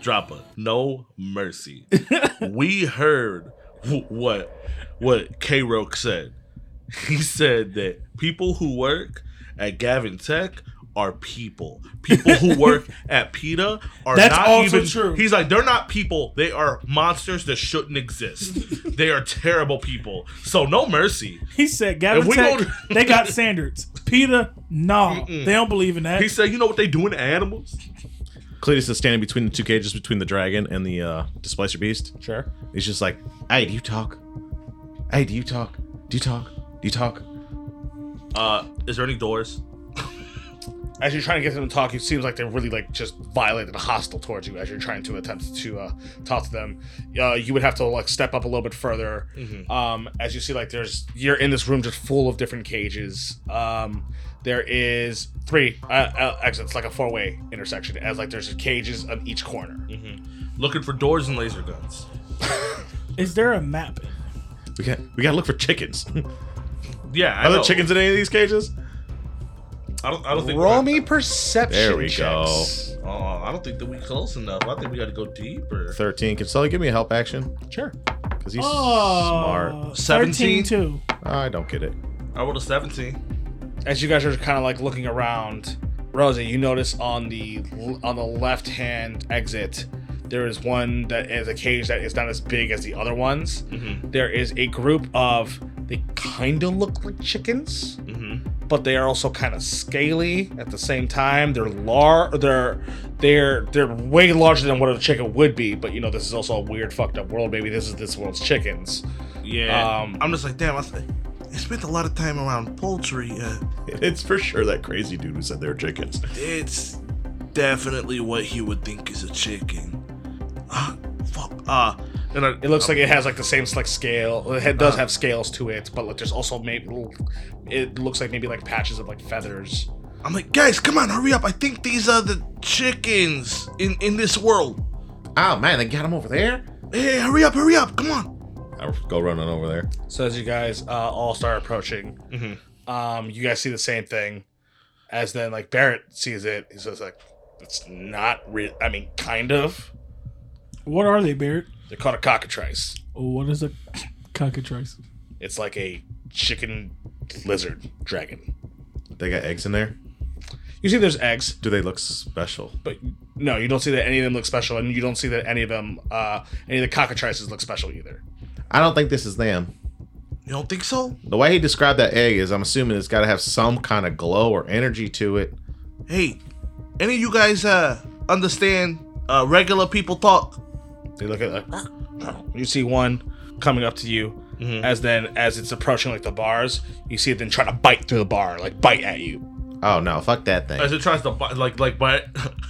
Speaker 4: Dropper, no
Speaker 5: [LAUGHS]
Speaker 4: mercy. we heard wh- what what K Roke said. He said that people who work at Gavin Tech are people. People
Speaker 5: [LAUGHS]
Speaker 4: who work at PETA are
Speaker 5: That's
Speaker 4: not
Speaker 5: also
Speaker 4: even
Speaker 5: true.
Speaker 4: He's like, they're not people. They are monsters that shouldn't
Speaker 5: [LAUGHS]
Speaker 4: exist. they are terrible people. So no mercy.
Speaker 5: He said, "Gavin
Speaker 4: If we
Speaker 5: Tech,
Speaker 4: gonna-
Speaker 5: they got standards. Peter, nah, they don't believe in that."
Speaker 4: He said, you know what they do to animals?
Speaker 6: Cletus is standing between the two cages between the dragon and the uh, displacer beast.
Speaker 2: Sure.
Speaker 6: He's just like, hey, do you talk? Hey, do you talk? Do you talk? Do you talk?
Speaker 4: Uh, is there any doors?
Speaker 2: As you're trying to get them to talk, it seems like they're really like just violent and hostile towards you. As you're trying to attempt to uh, talk to them, uh, you would have to like step up a little bit further. Um, as you see, like there's you're in this room just full of different cages. Um, there is three uh, uh, exits, like a four way intersection. As like there's cages on each corner.
Speaker 4: Looking for doors and laser guns.
Speaker 5: Is there a map?
Speaker 6: We got we gotta look for chickens. [LAUGHS]
Speaker 4: Yeah, I
Speaker 6: Are there
Speaker 4: know.
Speaker 6: chickens in any of these cages?
Speaker 4: I don't. I don't think.
Speaker 2: Roll me perception.
Speaker 6: There we go.
Speaker 2: checks.
Speaker 4: Oh, I don't think that we close enough. I think we got to go deeper.
Speaker 6: 13. Can Sully give me a help action?
Speaker 2: Sure.
Speaker 6: Because he's
Speaker 4: Ah.
Speaker 5: Oh,
Speaker 6: smart.
Speaker 4: 17?
Speaker 5: 17 too.
Speaker 6: I don't get it. [LAUGHS]
Speaker 4: I rolled a seventeen.
Speaker 2: as you guys are kind of like looking around, Rosie, you notice on the on the left hand exit, there is one that is a cage that is not as big as the other ones. There is a group of they kind of look like chickens,
Speaker 4: Mm-hmm.
Speaker 2: but they are also kind of scaly at the same time. They're lar they're they're they're way larger than what a chicken would be. But you know this is also a weird fucked up world. Maybe this is this world's chickens.
Speaker 4: Yeah.
Speaker 2: Um,
Speaker 4: I'm just like, damn. I said, I spent a lot of time around poultry. Uh,
Speaker 7: It's for sure that crazy dude who said they were chickens.
Speaker 4: it's definitely what he would think is a chicken. Ah, fuck. Ah, and I,
Speaker 2: It looks like it has like the same like scale. It had- does have scales to it, but like there's also maybe little- it looks like maybe like patches of like feathers.
Speaker 4: I'm like, guys, come on, hurry up! I think these are the chickens in in this world.
Speaker 3: Oh man, they got him over there.
Speaker 4: Hey, hurry up, hurry up! Come on.
Speaker 7: I'll go running over there.
Speaker 2: So as you guys uh, all start approaching, um, you guys see the same thing. As then like Barrett sees it, he's just like, "It's not real." I mean, kind of.
Speaker 5: What are they, Barrett?
Speaker 2: They're called a cockatrice.
Speaker 5: What is a cockatrice?
Speaker 2: It's like a chicken lizard dragon.
Speaker 6: They got eggs in there.
Speaker 2: You see, there's eggs,
Speaker 6: Do they look special?
Speaker 2: but no, you don't see that any of them look special, and you don't see that any of them, uh, any of the cockatrices look special either.
Speaker 6: I don't think this is them.
Speaker 4: You don't think so?
Speaker 6: The way he described that egg is, I'm assuming it's got to have some kind of glow or energy to it.
Speaker 4: Hey, any of you guys uh understand uh regular people talk?
Speaker 2: They look at like you see one coming up to you.
Speaker 4: Mm-hmm.
Speaker 2: As then, as it's approaching like the bars, you see it then trying to bite through the bar, like bite at you.
Speaker 4: [LAUGHS]
Speaker 6: Oh no, fuck that thing.
Speaker 4: As it tries to bu- like like bite,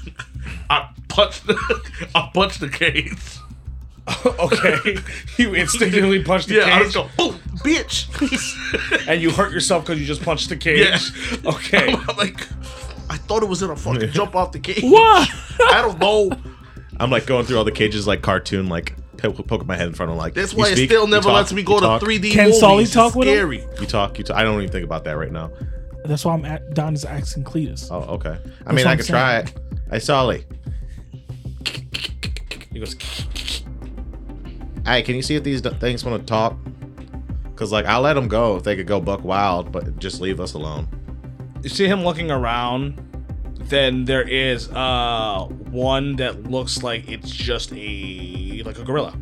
Speaker 4: [LAUGHS] I punch the [LAUGHS] I punch the cage.
Speaker 2: okay, [LAUGHS] you instinctively punch the
Speaker 4: [LAUGHS] yeah, I
Speaker 2: cage,
Speaker 4: just go boom, bitch.
Speaker 2: and you hurt yourself because you just punched the cage.
Speaker 4: [LAUGHS]
Speaker 2: [LAUGHS]
Speaker 4: Yeah. [LAUGHS]
Speaker 2: Okay,
Speaker 4: I'm like, I thought it was gonna fucking jump off the [LAUGHS] cage.
Speaker 5: What?
Speaker 4: I don't know.
Speaker 6: I'm like going through all the cages like cartoon, like po- poking my head in front of like.
Speaker 4: That's
Speaker 6: you
Speaker 4: why it
Speaker 6: speak,
Speaker 4: still
Speaker 6: you
Speaker 4: never
Speaker 6: talk,
Speaker 4: lets me go
Speaker 6: you
Speaker 4: to
Speaker 6: talk,
Speaker 4: 3D
Speaker 5: Can
Speaker 4: movies.
Speaker 5: Sully talk
Speaker 4: it's
Speaker 5: with him?
Speaker 4: scary.
Speaker 6: You talk, you talk. I don't even think about that right now.
Speaker 5: That's why I'm at, Don is asking Cletus.
Speaker 6: Oh, okay. I
Speaker 5: That's
Speaker 6: mean,
Speaker 5: what
Speaker 6: I
Speaker 5: I'm
Speaker 6: could try it. Hey, Solly.
Speaker 2: he goes.
Speaker 6: Hey, can you see if these d- things want to talk? Cause like I let them go if they could go buck wild, but just leave us alone.
Speaker 2: You see him looking around. Then there is uh one that looks like it's just a like a gorilla.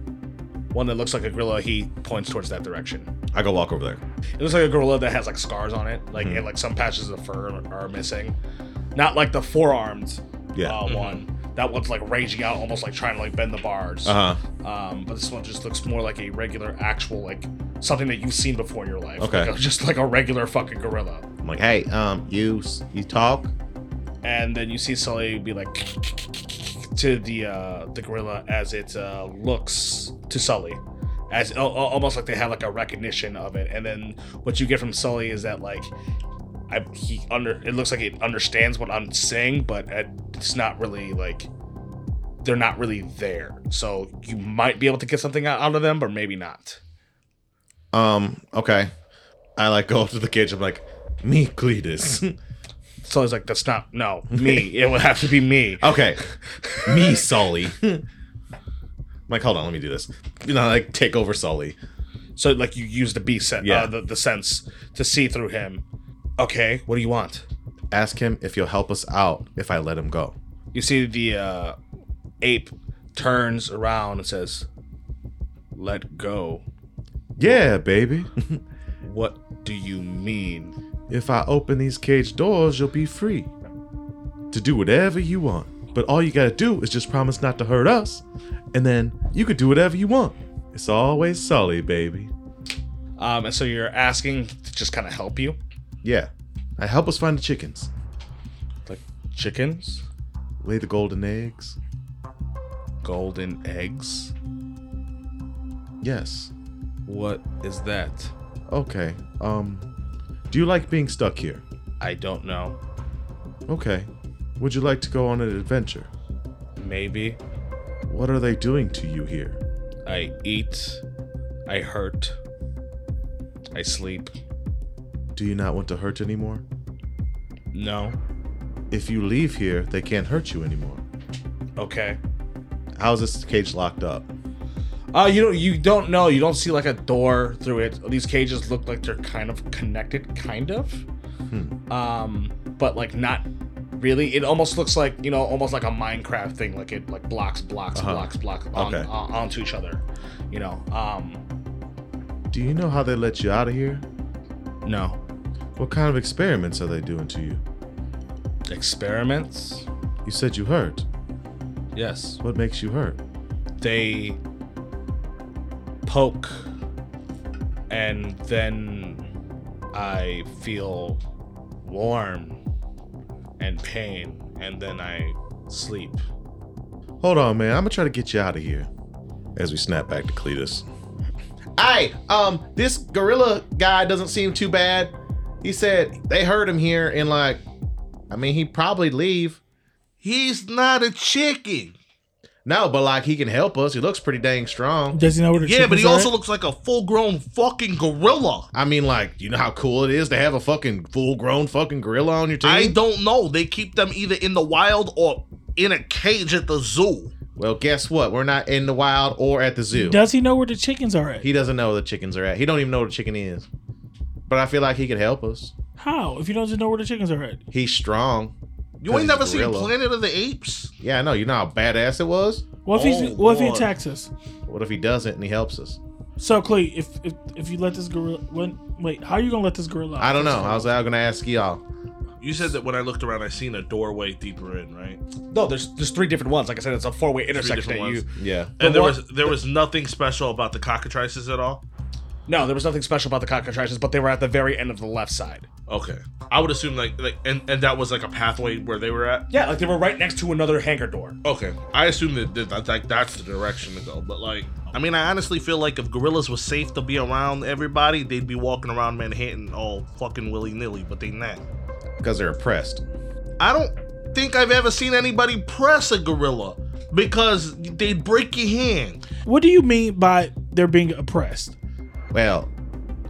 Speaker 2: One that looks like a gorilla. He points towards that direction.
Speaker 6: I go walk over there.
Speaker 2: It looks like a gorilla that has like scars on it, like
Speaker 6: Hmm.
Speaker 2: and like some patches of fur are missing. Not like the forearms
Speaker 6: Yeah. Mm-hmm.
Speaker 2: uh, one. That one's like raging out, almost like trying to like bend the bars.
Speaker 6: Uh huh.
Speaker 2: Um, but this one just looks more like a regular, actual like something that you've seen before in your life.
Speaker 6: Okay.
Speaker 2: Like [LAUGHS] a- just like a regular fucking gorilla.
Speaker 6: I'm like, hey, um, you s- you talk.
Speaker 2: And then you see Sully be like to the uh, the gorilla as it uh, looks to Sully, as al- al- almost like they have like a recognition of it. And then what you get from Sully is that like. I, he under it looks like it understands what I'm saying, but it- it's not really like they're not really there. So you might be able to get something out- out of them, but maybe not.
Speaker 6: Um, okay. I like go up to the cage. I'm like, me, [LAUGHS] Cletus.
Speaker 2: So I was like, that's not, no, me. it would have to be me.
Speaker 6: okay, me, Sully. I'm like, hold on, let me do this. You know, like take over Sully.
Speaker 2: So, like, you use the B set,
Speaker 6: Yeah.
Speaker 2: uh, the, the sense to see through him. Okay, what do you want?
Speaker 6: Ask him if he'll help us out if I let him go.
Speaker 2: You see the uh, ape turns around and says, let go.
Speaker 6: Yeah, baby.
Speaker 2: What do you mean?
Speaker 6: if I open these cage doors, you'll be free to do whatever you want. But all you gotta do is just promise not to hurt us, and then you could do whatever you want. It's always Sully, baby.
Speaker 2: Um, and so you're asking to just kind of help you?
Speaker 6: Yeah. I help us find the chickens.
Speaker 2: Like, chickens?
Speaker 6: Lay the golden eggs.
Speaker 2: Golden eggs?
Speaker 6: Yes.
Speaker 2: What is that?
Speaker 6: Okay. Um, do you like being stuck here?
Speaker 2: I don't know.
Speaker 6: Okay. Would you like to go on an adventure?
Speaker 2: Maybe.
Speaker 6: What are they doing to you here?
Speaker 2: I eat. I hurt. I sleep.
Speaker 6: Do you not want to hurt anymore?
Speaker 2: No.
Speaker 6: If you leave here, they can't hurt you anymore.
Speaker 2: Okay.
Speaker 6: How's this cage locked up?
Speaker 2: Uh, you don't you don't know. You don't see like a door through it. These cages look like they're kind of connected, kind of.
Speaker 6: Hmm.
Speaker 2: Um, but like not really. It almost looks like you know, almost like a Minecraft thing. Like it like blocks, blocks,
Speaker 6: Uh-huh.
Speaker 2: blocks, blocks on,
Speaker 6: Okay.
Speaker 2: on- onto each other. You know. Um,
Speaker 6: Do you know how they let you out of here?
Speaker 2: no
Speaker 6: What kind of experiments are they doing to you?
Speaker 2: experiments.
Speaker 6: You said you hurt.
Speaker 2: Yes,
Speaker 6: What makes you hurt?
Speaker 2: they poke and then I feel warm and pain, and then I sleep.
Speaker 6: Hold on, man. I'm gonna try to get you out of here. As we snap back to Cletus.
Speaker 3: [LAUGHS] Hey, um, this gorilla guy doesn't seem too bad. He said they heard him here, and like, I mean, he probably leave.
Speaker 4: He's not a chicken.
Speaker 3: No, but like, he can help us. He looks pretty dang strong.
Speaker 5: Does he know where the
Speaker 4: Yeah, but he
Speaker 5: chickens are
Speaker 4: also
Speaker 5: at?
Speaker 4: looks like a full grown fucking gorilla.
Speaker 3: I mean, like, you know how cool it is to have a fucking full-grown fucking gorilla on your team.
Speaker 4: I don't know. They keep them either in the wild or in a cage at the zoo.
Speaker 3: well, guess what? We're not in the wild or at the zoo.
Speaker 5: Does he know where the chickens are at?
Speaker 3: he doesn't know where the chickens are at. He don't even know what a chicken is. But I feel like he could help us.
Speaker 5: How? If he doesn't know where the chickens are at,
Speaker 3: He's strong.
Speaker 4: You
Speaker 3: 'Cause he's
Speaker 4: ain't
Speaker 3: a
Speaker 4: never seen
Speaker 3: gorilla.
Speaker 4: Planet of the Apes?
Speaker 3: Yeah, I know. You know how badass it was.
Speaker 5: what if
Speaker 4: Oh,
Speaker 5: he's what if he
Speaker 4: Lord.
Speaker 5: attacks us?
Speaker 3: What if he doesn't and he helps us?
Speaker 5: So, Clee, if if, if you let this gorilla, when, wait, how are you gonna let this gorilla? out?
Speaker 3: I don't know. I was gonna ask y'all.
Speaker 4: You said that when I looked around, I seen a doorway deeper in, right?
Speaker 2: No, there's there's three different ones. Like I said, it's a four way intersection that
Speaker 4: different
Speaker 2: you.
Speaker 4: ones.
Speaker 6: Yeah.
Speaker 4: and there
Speaker 2: one-
Speaker 4: was there was nothing special about the cockatrices at all.
Speaker 2: No, there was nothing special about the cockatrices, but they were at the very end of the left side.
Speaker 4: Okay, I would assume like like and, and that was like a pathway where they were at.
Speaker 2: Yeah, like they were right next to another hangar door.
Speaker 4: Okay, I assume that, that, that like that's the direction to go. But like, I mean, I honestly feel like if gorillas was safe to be around everybody, they'd be walking around Manhattan all fucking willy nilly. But they not.
Speaker 6: Because they're oppressed.
Speaker 4: I don't think I've ever seen anybody press a gorilla because they'd break your hand.
Speaker 5: What do you mean by they're being oppressed?
Speaker 6: Well,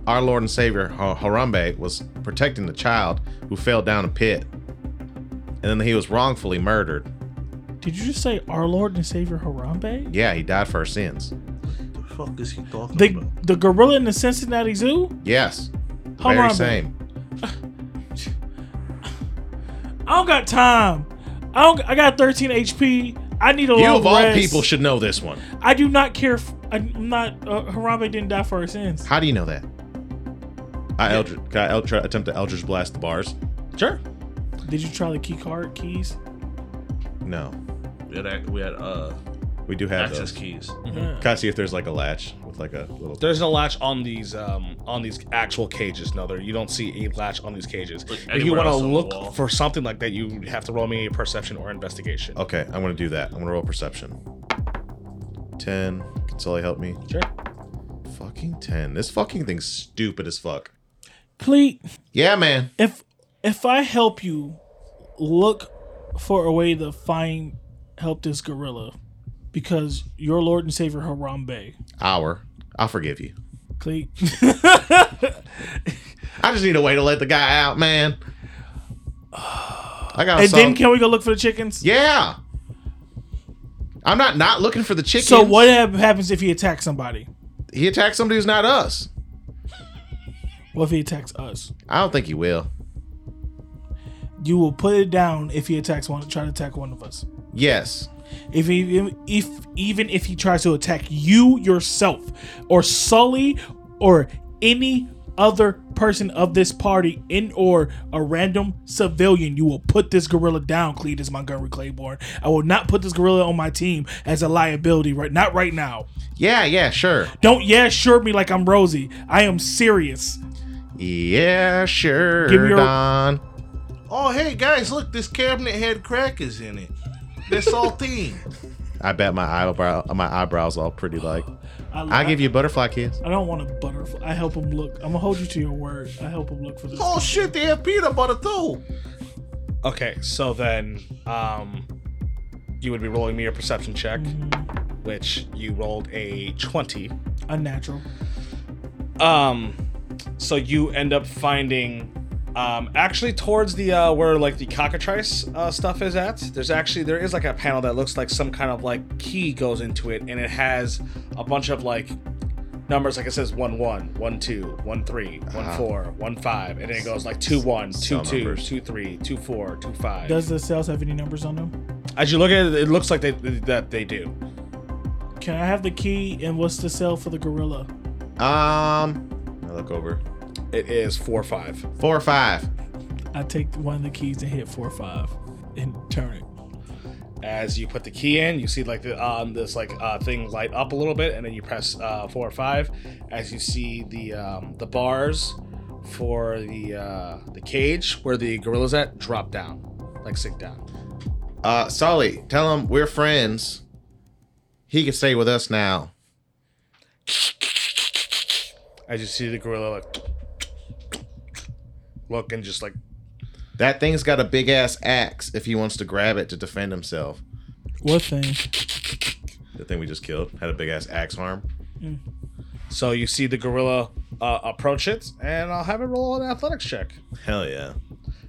Speaker 6: our Lord and Savior Ha- Harambe was protecting the child who fell down a pit, and then he was wrongfully murdered.
Speaker 5: Did you just say our Lord and Savior Harambe?
Speaker 6: Yeah, he died for our sins.
Speaker 4: The fuck is he talking
Speaker 5: The
Speaker 4: about?
Speaker 5: the gorilla in the Cincinnati Zoo?
Speaker 6: Yes, the very
Speaker 5: Harambe.
Speaker 6: same.
Speaker 5: I don't got time. I don't. I got 13 HP. I need a
Speaker 6: You
Speaker 5: long
Speaker 6: of all
Speaker 5: rest.
Speaker 6: people should know this one.
Speaker 5: I do not care. F- I'm not. Uh, Harambe didn't die for our sins.
Speaker 6: How do you know that? I Eldritch, can I Eldritch, attempt to Eldritch blast the bars?
Speaker 2: Sure.
Speaker 5: Did you try the key card keys?
Speaker 6: No,
Speaker 4: We had ac- we had uh
Speaker 6: we do have
Speaker 4: access
Speaker 6: those.
Speaker 4: keys.
Speaker 6: Can I see if there's like a latch with like a little?
Speaker 2: There's no latch on these um on these actual cages. No, there you don't see a latch on these cages.
Speaker 4: Like
Speaker 2: if you
Speaker 4: anywhere
Speaker 2: want to
Speaker 4: else on the
Speaker 2: look
Speaker 4: wall.
Speaker 2: for something like that, you have to roll me a perception or investigation.
Speaker 6: Okay, I'm gonna do that. I'm gonna roll perception. Ten. Can Sully help me?
Speaker 2: Sure.
Speaker 6: Fucking ten. This fucking thing's stupid as fuck.
Speaker 5: Please,
Speaker 3: Yeah, man.
Speaker 5: if if I help you look for a way to find help this gorilla, because your Lord and Savior Harambe,
Speaker 6: Hour. I'll forgive you. [LAUGHS]
Speaker 5: Clee.
Speaker 3: I just need a way to let the guy out, man. I got
Speaker 5: and
Speaker 3: a
Speaker 5: then
Speaker 3: song.
Speaker 5: can we go look for the chickens?
Speaker 3: yeah. I'm not not looking for the chicken.
Speaker 5: So what hap- happens if he attacks somebody?
Speaker 3: He attacked somebody who's not us.
Speaker 5: What if he attacks us?
Speaker 3: I don't think he will.
Speaker 5: You will put it down if he attacks one. Try to attack one of us.
Speaker 3: Yes.
Speaker 5: If he, if even if he tries to attack you yourself, or Sully, or any other person of this party, in or a random civilian, you will put this gorilla down, Cletus Montgomery Claiborne. I will not put this gorilla on my team as a liability. Right? Not right now.
Speaker 3: Yeah, yeah, sure.
Speaker 5: Don't yeah sure me like I'm Rosie. I am serious.
Speaker 6: Yeah, sure,
Speaker 5: Give me your-
Speaker 6: Don.
Speaker 4: Oh hey guys, look, this cabinet had crackers in it. They're saltine.
Speaker 6: I bet my eyebrow, my eyebrows all pretty like.
Speaker 5: I,
Speaker 6: I give you a butterfly kiss.
Speaker 5: I don't want a butterfly. I help him look. I'm gonna hold you to your word. I help him look for this.
Speaker 4: oh shit, they have peanut butter too.
Speaker 2: Okay, so then um you would be rolling me a perception check,
Speaker 4: Mm-hmm.
Speaker 2: which you rolled a twenty.
Speaker 5: unnatural.
Speaker 2: Um, so you end up finding, um, actually towards the uh, where like the cockatrice uh, stuff is at. There's actually there is like a panel that looks like some kind of like key goes into it, and it has a bunch of like numbers. Like it says one one, one two, one three, one four, one five, and then it goes like two one, two
Speaker 6: Uh-huh. Cell
Speaker 2: two,
Speaker 6: numbers.
Speaker 2: two three, two four, two five.
Speaker 5: Does the cells have any numbers on them?
Speaker 2: As you look at it, it looks like they that they do.
Speaker 5: Can I have the key and what's the cell for the gorilla?
Speaker 6: Um, I look over.
Speaker 2: It is four or five.
Speaker 6: Four or five.
Speaker 5: I take one of the keys and hit four or five and turn it.
Speaker 2: As you put the key in, you see like the um, this like uh, thing light up a little bit, and then you press uh, four or five. As you see the um, the bars for the uh, the cage where the gorilla's at drop down, like sink down.
Speaker 3: Uh, Sully, tell him we're friends. He can stay with us now.
Speaker 2: As you see the gorilla like look and just like
Speaker 3: That thing's got a big ass axe if he wants to grab it to defend himself.
Speaker 5: What thing?
Speaker 6: The thing we just killed had a big ass axe arm.
Speaker 2: so you see the gorilla uh, approach it, and I'll have it roll an athletics check
Speaker 6: Hell yeah.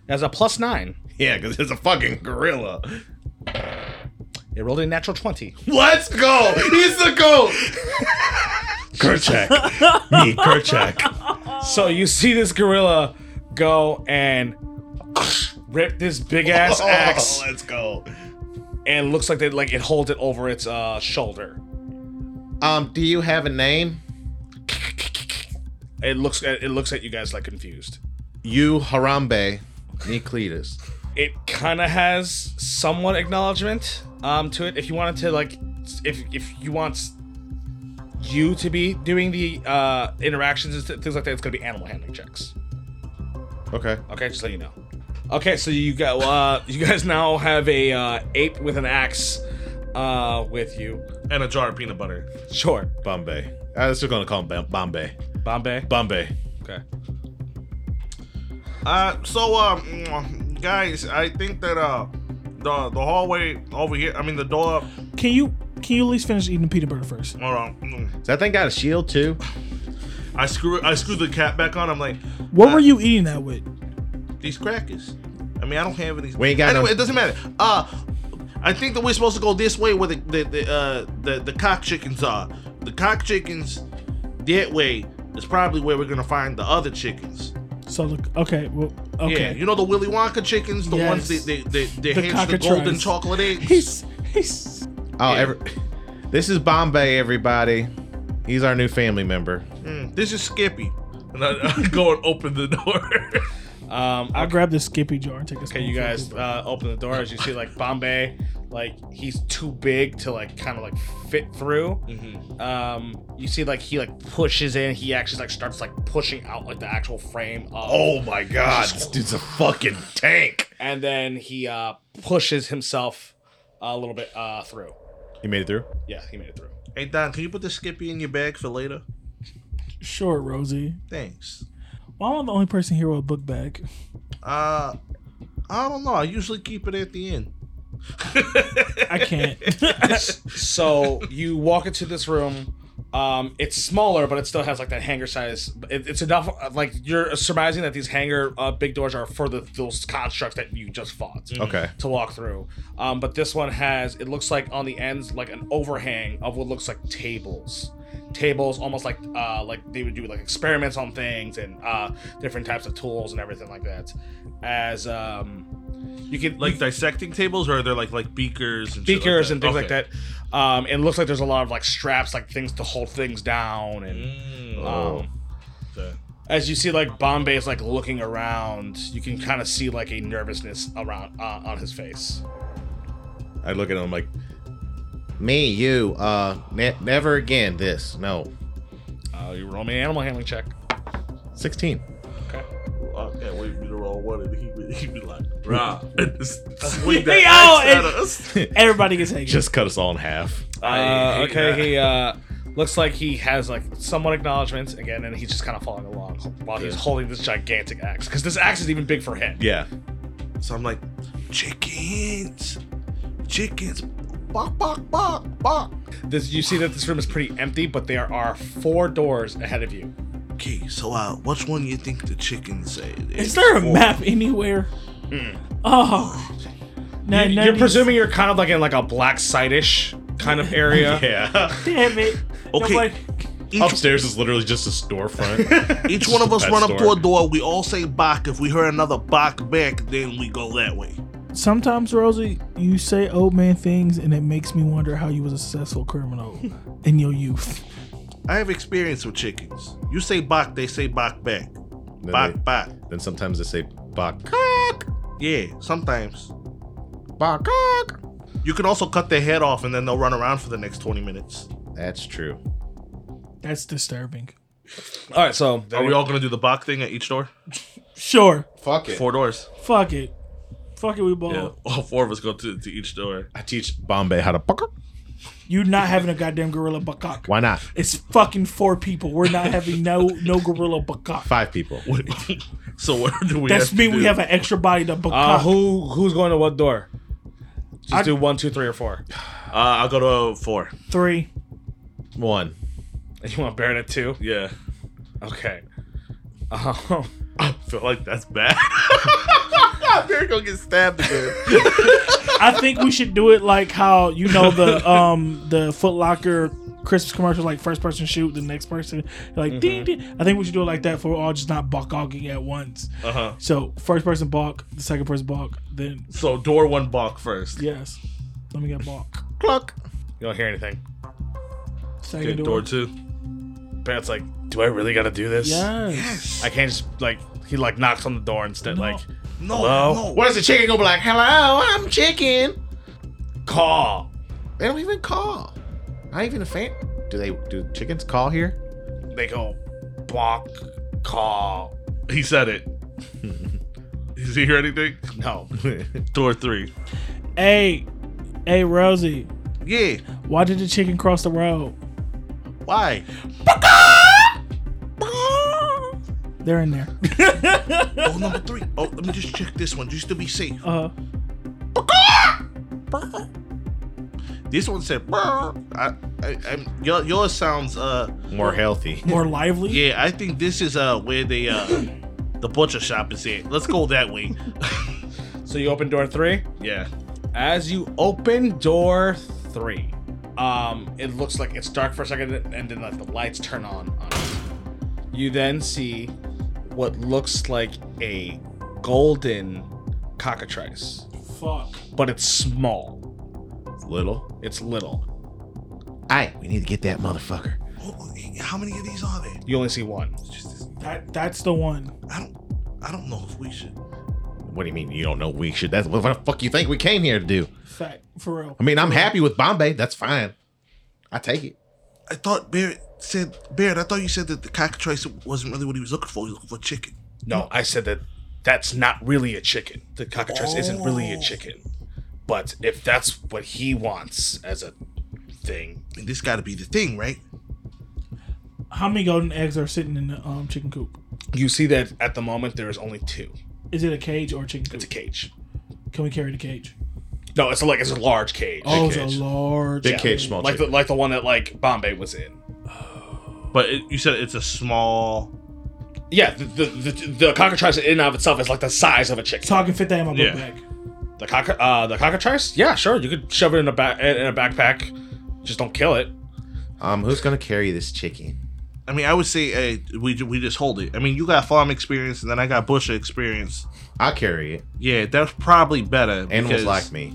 Speaker 2: as a plus nine.
Speaker 6: Yeah, because it's a fucking gorilla.
Speaker 2: It rolled a natural twenty.
Speaker 6: Let's go. He's the goat. Kerchak. Me, Kerchak.
Speaker 2: So you see this gorilla go and rip this big
Speaker 6: [LAUGHS]
Speaker 2: ass
Speaker 6: Oh.
Speaker 2: axe
Speaker 6: let's go.
Speaker 2: and looks like they like it holds it over its uh, shoulder.
Speaker 3: Um, do you have a name?
Speaker 2: It looks it looks at you guys like confused.
Speaker 3: You Harambe, me Cletus.
Speaker 2: It kind of has somewhat acknowledgement um, to it. If you wanted to like, s- if if you want s- you to be doing the uh, interactions and th- things like that, it's gonna be animal handling checks.
Speaker 3: Okay.
Speaker 2: Okay, just let you know. Okay, so you got uh, [LAUGHS] you guys now have a uh, ape with an axe uh, with you.
Speaker 4: and a jar of peanut butter.
Speaker 2: Sure,
Speaker 6: Bombay. I was just gonna call him Bom- Bombay.
Speaker 2: Bombay.
Speaker 6: Bombay.
Speaker 2: Okay.
Speaker 4: Uh, so um, guys, I think that uh, the the hallway over here. I mean the door.
Speaker 5: Can you can you at least finish eating the peanut butter first?
Speaker 4: Hold on. Mm.
Speaker 3: Does that thing got a shield too?
Speaker 4: I screw I screwed the cap back on. I'm like
Speaker 5: What were you eating that with?
Speaker 4: these crackers. I mean I don't have any.
Speaker 3: We ain't got
Speaker 4: anyway.
Speaker 3: no-
Speaker 4: It doesn't matter. Uh, I think that we're supposed to go this way where the the the uh, the, the cock chickens are. The cock chickens that way is probably where we're gonna find the other chickens.
Speaker 5: So look, okay, well, okay.
Speaker 4: Yeah, you know the Willy Wonka chickens, the ones
Speaker 5: Yes.
Speaker 4: that they they, they
Speaker 5: The
Speaker 4: hatch the golden
Speaker 5: cockatrice.
Speaker 4: chocolate eggs.
Speaker 5: he's he's
Speaker 3: Oh, every, this is Bombay, everybody. He's our new family member.
Speaker 4: Mm, this is Skippy. And I, I go and open the door.
Speaker 2: Um,
Speaker 5: I'll grab this Skippy jar and take a
Speaker 2: Okay, you
Speaker 5: spoonful.
Speaker 2: guys uh, open the door as you see like Bombay, like he's too big to like kind of like fit through. Um, you see like he like pushes in. He actually like starts like pushing out like the actual frame. Of,
Speaker 6: Oh my god, this dude's a fucking tank.
Speaker 2: and then he uh, pushes himself a little bit uh, through.
Speaker 6: He made it through.
Speaker 2: Yeah, he made it through.
Speaker 4: hey Don, can you put the Skippy in your bag for later?
Speaker 5: Sure, Rosie.
Speaker 4: Thanks.
Speaker 5: Well, I'm the only person here with a book bag.
Speaker 4: Uh, I don't know. I usually keep it at the end.
Speaker 5: I can't.
Speaker 2: So you walk into this room. Um, it's smaller, but it still has like that hangar size. It, it's enough. Like you're surmising that these hangar uh, big doors are for the those constructs that you just fought.
Speaker 6: Mm-hmm. Okay.
Speaker 2: to walk through. Um, but this one has it looks like on the ends like an overhang of what looks like tables. Tables almost like uh, like they would do like experiments on things and uh, different types of tools and everything like that. As um, you can
Speaker 4: like dissecting tables, or are there like like beakers and shit
Speaker 2: speakers
Speaker 4: like
Speaker 2: and things like that. Um, it looks like there's a lot of like straps, like things to hold things down and.
Speaker 4: Mm.
Speaker 6: Mm.
Speaker 3: Oh.
Speaker 2: Um,
Speaker 4: Okay.
Speaker 2: As you see, like Bombay is like looking around, you can kind of see like a nervousness around uh, on his face.
Speaker 6: I look at him like,
Speaker 3: Me, you, uh, ne- never again. This, no.
Speaker 2: Uh, you roll me an animal handling check.
Speaker 6: 16.
Speaker 4: that. Oh, I can't wait for me to roll one, and he would he be like, "Rah!"
Speaker 6: [LAUGHS]
Speaker 4: and just swing
Speaker 5: Yo,
Speaker 4: that axe at
Speaker 5: and-
Speaker 4: us. [LAUGHS]
Speaker 5: Everybody gets
Speaker 6: [LAUGHS]
Speaker 5: hanged.
Speaker 6: Just cut us all in half.
Speaker 4: I
Speaker 2: Uh,
Speaker 4: hate
Speaker 2: okay,
Speaker 4: that.
Speaker 2: he uh, looks like he has like somewhat acknowledgments again, and he's just kind of following along while he's holding this gigantic axe because this axe is even big for him.
Speaker 6: Yeah.
Speaker 4: So I'm like, chickens, chickens, bok bok bok bok.
Speaker 2: This you see that this room is pretty empty, but there are four doors ahead of you.
Speaker 4: Okay, so uh, which one you think the chickens say? it
Speaker 5: Is there a
Speaker 4: Four.
Speaker 5: map anywhere? Oh.
Speaker 2: You,
Speaker 5: Now, now
Speaker 2: are
Speaker 5: these-
Speaker 2: presuming you're kind of like in like a black site-ish kind
Speaker 4: [LAUGHS]
Speaker 2: of area.
Speaker 6: Yeah. [LAUGHS]
Speaker 5: Damn it.
Speaker 4: Okay.
Speaker 5: Nobody-
Speaker 4: Each,
Speaker 6: Upstairs is literally just a storefront.
Speaker 4: each one of us
Speaker 6: Pet
Speaker 4: run up to
Speaker 6: store.
Speaker 4: a door. We all say "bok." If we hear another "bok" back, then we go that way.
Speaker 5: Sometimes, Rosie, you say old man things, and it makes me wonder how you was a successful criminal in your youth.
Speaker 4: I have experience with chickens. You say "bok," they say "bok" back.
Speaker 6: [LAUGHS] Then they-
Speaker 4: Bok bok.
Speaker 6: Then sometimes they say Bach.
Speaker 4: Yeah, sometimes.
Speaker 3: Barkok.
Speaker 4: You can also cut their head off, and then they'll run around for the next twenty minutes.
Speaker 6: That's true.
Speaker 5: That's disturbing.
Speaker 2: All right, so
Speaker 4: Are we all gonna do the Bach thing at each door?
Speaker 5: Sure.
Speaker 6: Fuck it.
Speaker 4: Four doors.
Speaker 5: Fuck it. Fuck it, we ball.
Speaker 4: Yeah, [LAUGHS] all four of us go to, to each door. [LAUGHS]
Speaker 6: I teach Bombay how to pucker.
Speaker 5: You not having a goddamn gorilla buckcock.
Speaker 6: Why not?
Speaker 5: It's fucking four people. We're not having no no gorilla buckcock.
Speaker 6: Five people.
Speaker 4: so what do we?
Speaker 5: That's
Speaker 4: have
Speaker 5: mean
Speaker 4: to
Speaker 5: we
Speaker 4: do?
Speaker 5: have an extra body to buckcock.
Speaker 2: uh, who who's going to what door? Just
Speaker 5: I-
Speaker 2: do one, two, three, or four. [LAUGHS]
Speaker 4: Uh, I'll go to uh, four.
Speaker 5: Three.
Speaker 6: One.
Speaker 2: You want Baron at two?
Speaker 4: Yeah,
Speaker 2: Okay. Um,
Speaker 4: I feel like that's bad.
Speaker 6: [LAUGHS] They're gonna get stabbed again. [LAUGHS]
Speaker 5: I think we should do it like how you know
Speaker 4: [LAUGHS]
Speaker 5: the um the Foot Locker Christmas commercial, like first person shoot, the next person
Speaker 4: Mm-hmm.
Speaker 5: like ding ding. I think we should do it like that for all just not buckcocking at once.
Speaker 4: uh huh.
Speaker 5: So first person balk, the second person balk, then
Speaker 4: So door one, Bach first.
Speaker 5: yes. Let me get balk.
Speaker 6: Cluck.
Speaker 2: you don't hear anything.
Speaker 5: Second
Speaker 4: Okay, door
Speaker 5: door.
Speaker 4: two.
Speaker 2: Baron's like, do I really got to do this?
Speaker 5: Yes.
Speaker 2: I can't just like he like knocks on the door instead. Like,
Speaker 4: No,
Speaker 2: Hello?
Speaker 4: no.
Speaker 6: What is the chicken gonna be like? Hello, I'm chicken.
Speaker 2: call.
Speaker 6: They don't even call. Not even a fan. Do they? Do chickens call here?
Speaker 2: They go, block, call.
Speaker 4: He said it. [LAUGHS] Does he hear anything?
Speaker 6: Oh. [LAUGHS]
Speaker 2: No,
Speaker 4: Door three.
Speaker 5: Hey, hey Rosie,
Speaker 4: Yeah.
Speaker 5: why did the chicken cross the road?
Speaker 4: Why?
Speaker 5: They're
Speaker 4: [LAUGHS]
Speaker 5: in there.
Speaker 4: Oh, number three. Oh, let me just check this one just to be safe.
Speaker 5: Uh,
Speaker 4: This one said, "Brr." I, I, I'm, your, yours sounds, uh,
Speaker 6: More healthy.
Speaker 5: more lively.
Speaker 4: yeah, I think this is, uh, where they, uh, the butcher shop is at. Let's go that [LAUGHS] way.
Speaker 2: So you open door three.
Speaker 4: yeah.
Speaker 2: As you open door three, um, it looks like it's dark for a second, and then like the lights turn on. on it. You then see what looks like a golden cockatrice,
Speaker 5: Fuck.
Speaker 2: but it's small.
Speaker 6: Little.
Speaker 2: It's little.
Speaker 6: Aye, we need to get that motherfucker.
Speaker 4: Oh, How many of these are there?
Speaker 2: You only see one.
Speaker 5: That that's the one.
Speaker 4: I don't, I don't know if we should.
Speaker 6: What do you mean you don't know we should? That's what the fuck you think we came here to do?
Speaker 5: Fact for real.
Speaker 6: I mean, I'm happy with Bombay. That's fine. I take it.
Speaker 4: I thought Barrett said, Barrett, I thought you said that the cockatrice wasn't really what he was looking for. He was looking for chicken.
Speaker 2: No, I said that that's not really a chicken. The cockatrice isn't really a chicken. But if that's what he wants as a thing,
Speaker 4: And this gotta be the thing, right?
Speaker 5: How many golden eggs are sitting in the um, chicken coop?
Speaker 2: you see that at the moment there is only two.
Speaker 5: Is it a cage or a chicken coop?
Speaker 2: It's a cage.
Speaker 5: Can we carry the cage?
Speaker 2: No, it's like it's a large cage.
Speaker 5: oh, it's
Speaker 6: cage.
Speaker 5: a large.
Speaker 6: Big cage, small
Speaker 2: like the, like the one that like Bombay was in.
Speaker 4: But it, you said it's a small.
Speaker 2: Yeah, the the, the, the cockatrice in and of itself is like the size of a chicken.
Speaker 5: So I can fit that in my book
Speaker 4: Yeah.
Speaker 5: bag.
Speaker 2: the cock uh, the cockatrice? Yeah, sure. You could shove it in a back in a backpack. Just don't kill it.
Speaker 6: Um, who's gonna carry this chicken?
Speaker 4: I mean, I would say hey, we ju- we just hold it. I mean, you got farm experience, and then I got busher experience.
Speaker 6: I carry it.
Speaker 4: Yeah, that's probably better.
Speaker 6: Animals
Speaker 4: because,
Speaker 6: like me.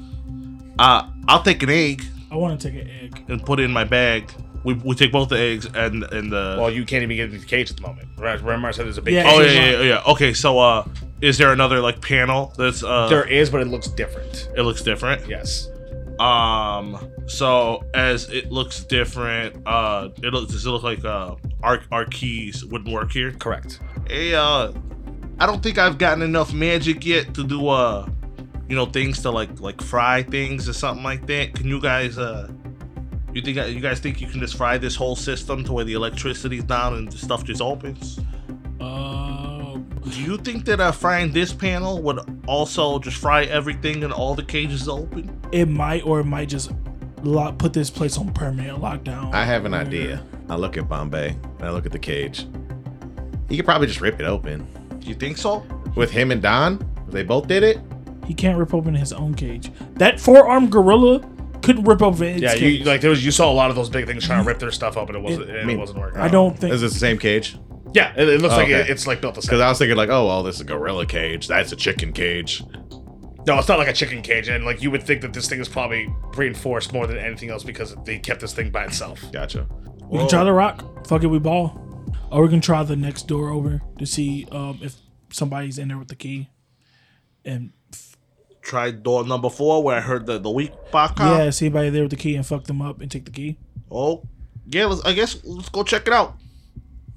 Speaker 4: Uh, I'll take an egg
Speaker 5: I want to take an egg.
Speaker 4: and put it in my bag. We, we take both the eggs and and the.
Speaker 2: Well, you can't even get into the cage at the moment. Right? Remember I said there's a big
Speaker 5: Yeah.
Speaker 2: cage.
Speaker 4: oh yeah, yeah, yeah, yeah. Okay, so uh, is there another like panel that's uh?
Speaker 2: There is, but it looks different.
Speaker 4: It looks different.
Speaker 2: Yes.
Speaker 4: Um. So as it looks different, uh, it looks does it look like uh our our keys wouldn't work here?
Speaker 2: Correct.
Speaker 4: Hey, uh, I don't think I've gotten enough magic yet to do uh, you know, things to like like fry things or something like that. Can you guys uh, you think you guys think you can just fry this whole system to where the electricity's down and the stuff just opens?
Speaker 5: Uh,
Speaker 4: Do you think that uh, frying this panel would also just fry everything and all the cages open?
Speaker 5: it might or it might just lock, put this place on permanent lockdown.
Speaker 6: I have an
Speaker 5: Where-
Speaker 6: idea. I look at Bombay and I look at the cage. He could probably just rip it open.
Speaker 4: You think so?
Speaker 6: With him and Don, if they both did it.
Speaker 5: He can't rip open his own cage. That four-armed gorilla couldn't rip open its
Speaker 2: yeah,
Speaker 5: cage.
Speaker 2: you like there was you saw a lot of those big things trying to rip their stuff up, and it wasn't and
Speaker 6: mean,
Speaker 2: it wasn't working.
Speaker 5: I don't think.
Speaker 6: Is this the same cage?
Speaker 2: Yeah, it, it looks like it,
Speaker 6: Oh, Okay.
Speaker 2: it's like built the
Speaker 6: Because
Speaker 2: same.
Speaker 6: I was thinking like, oh well, this is a gorilla cage. That's a chicken cage.
Speaker 2: No, it's not like a chicken cage, and like you would think that this thing is probably reinforced more than anything else because they kept this thing by itself.
Speaker 6: Gotcha.
Speaker 5: We can try the rock. Fuck it, we ball. Or we can try the next door over to see um, if somebody's in there with the key. And
Speaker 4: Tried door number four where I heard the the weak baka.
Speaker 5: yeah, see anybody there with the key and fuck them up and take the key.
Speaker 4: Oh, yeah. Let's, I guess let's go check it out.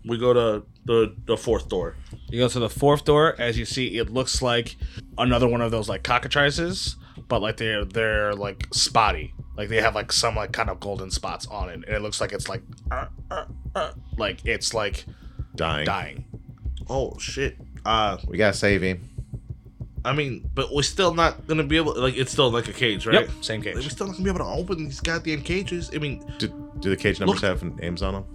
Speaker 4: We go to the the fourth door.
Speaker 2: You go to the fourth door. As you see, it looks like another one of those like cockatrices, but like they're they're like spotty. Like they have like some like kind of golden spots on it, and it looks like it's like uh, uh, uh, like it's like
Speaker 6: Dying.
Speaker 2: dying.
Speaker 4: Oh shit. Uh
Speaker 6: We gotta save him.
Speaker 4: I mean, but we're still not gonna be able like it's still like a cage,
Speaker 2: Yep,
Speaker 4: right?
Speaker 2: same
Speaker 4: Like, we're
Speaker 2: cage.
Speaker 4: still not gonna be able to open these goddamn cages. I mean,
Speaker 6: Do, do the cage numbers have
Speaker 4: Look.
Speaker 6: names on them?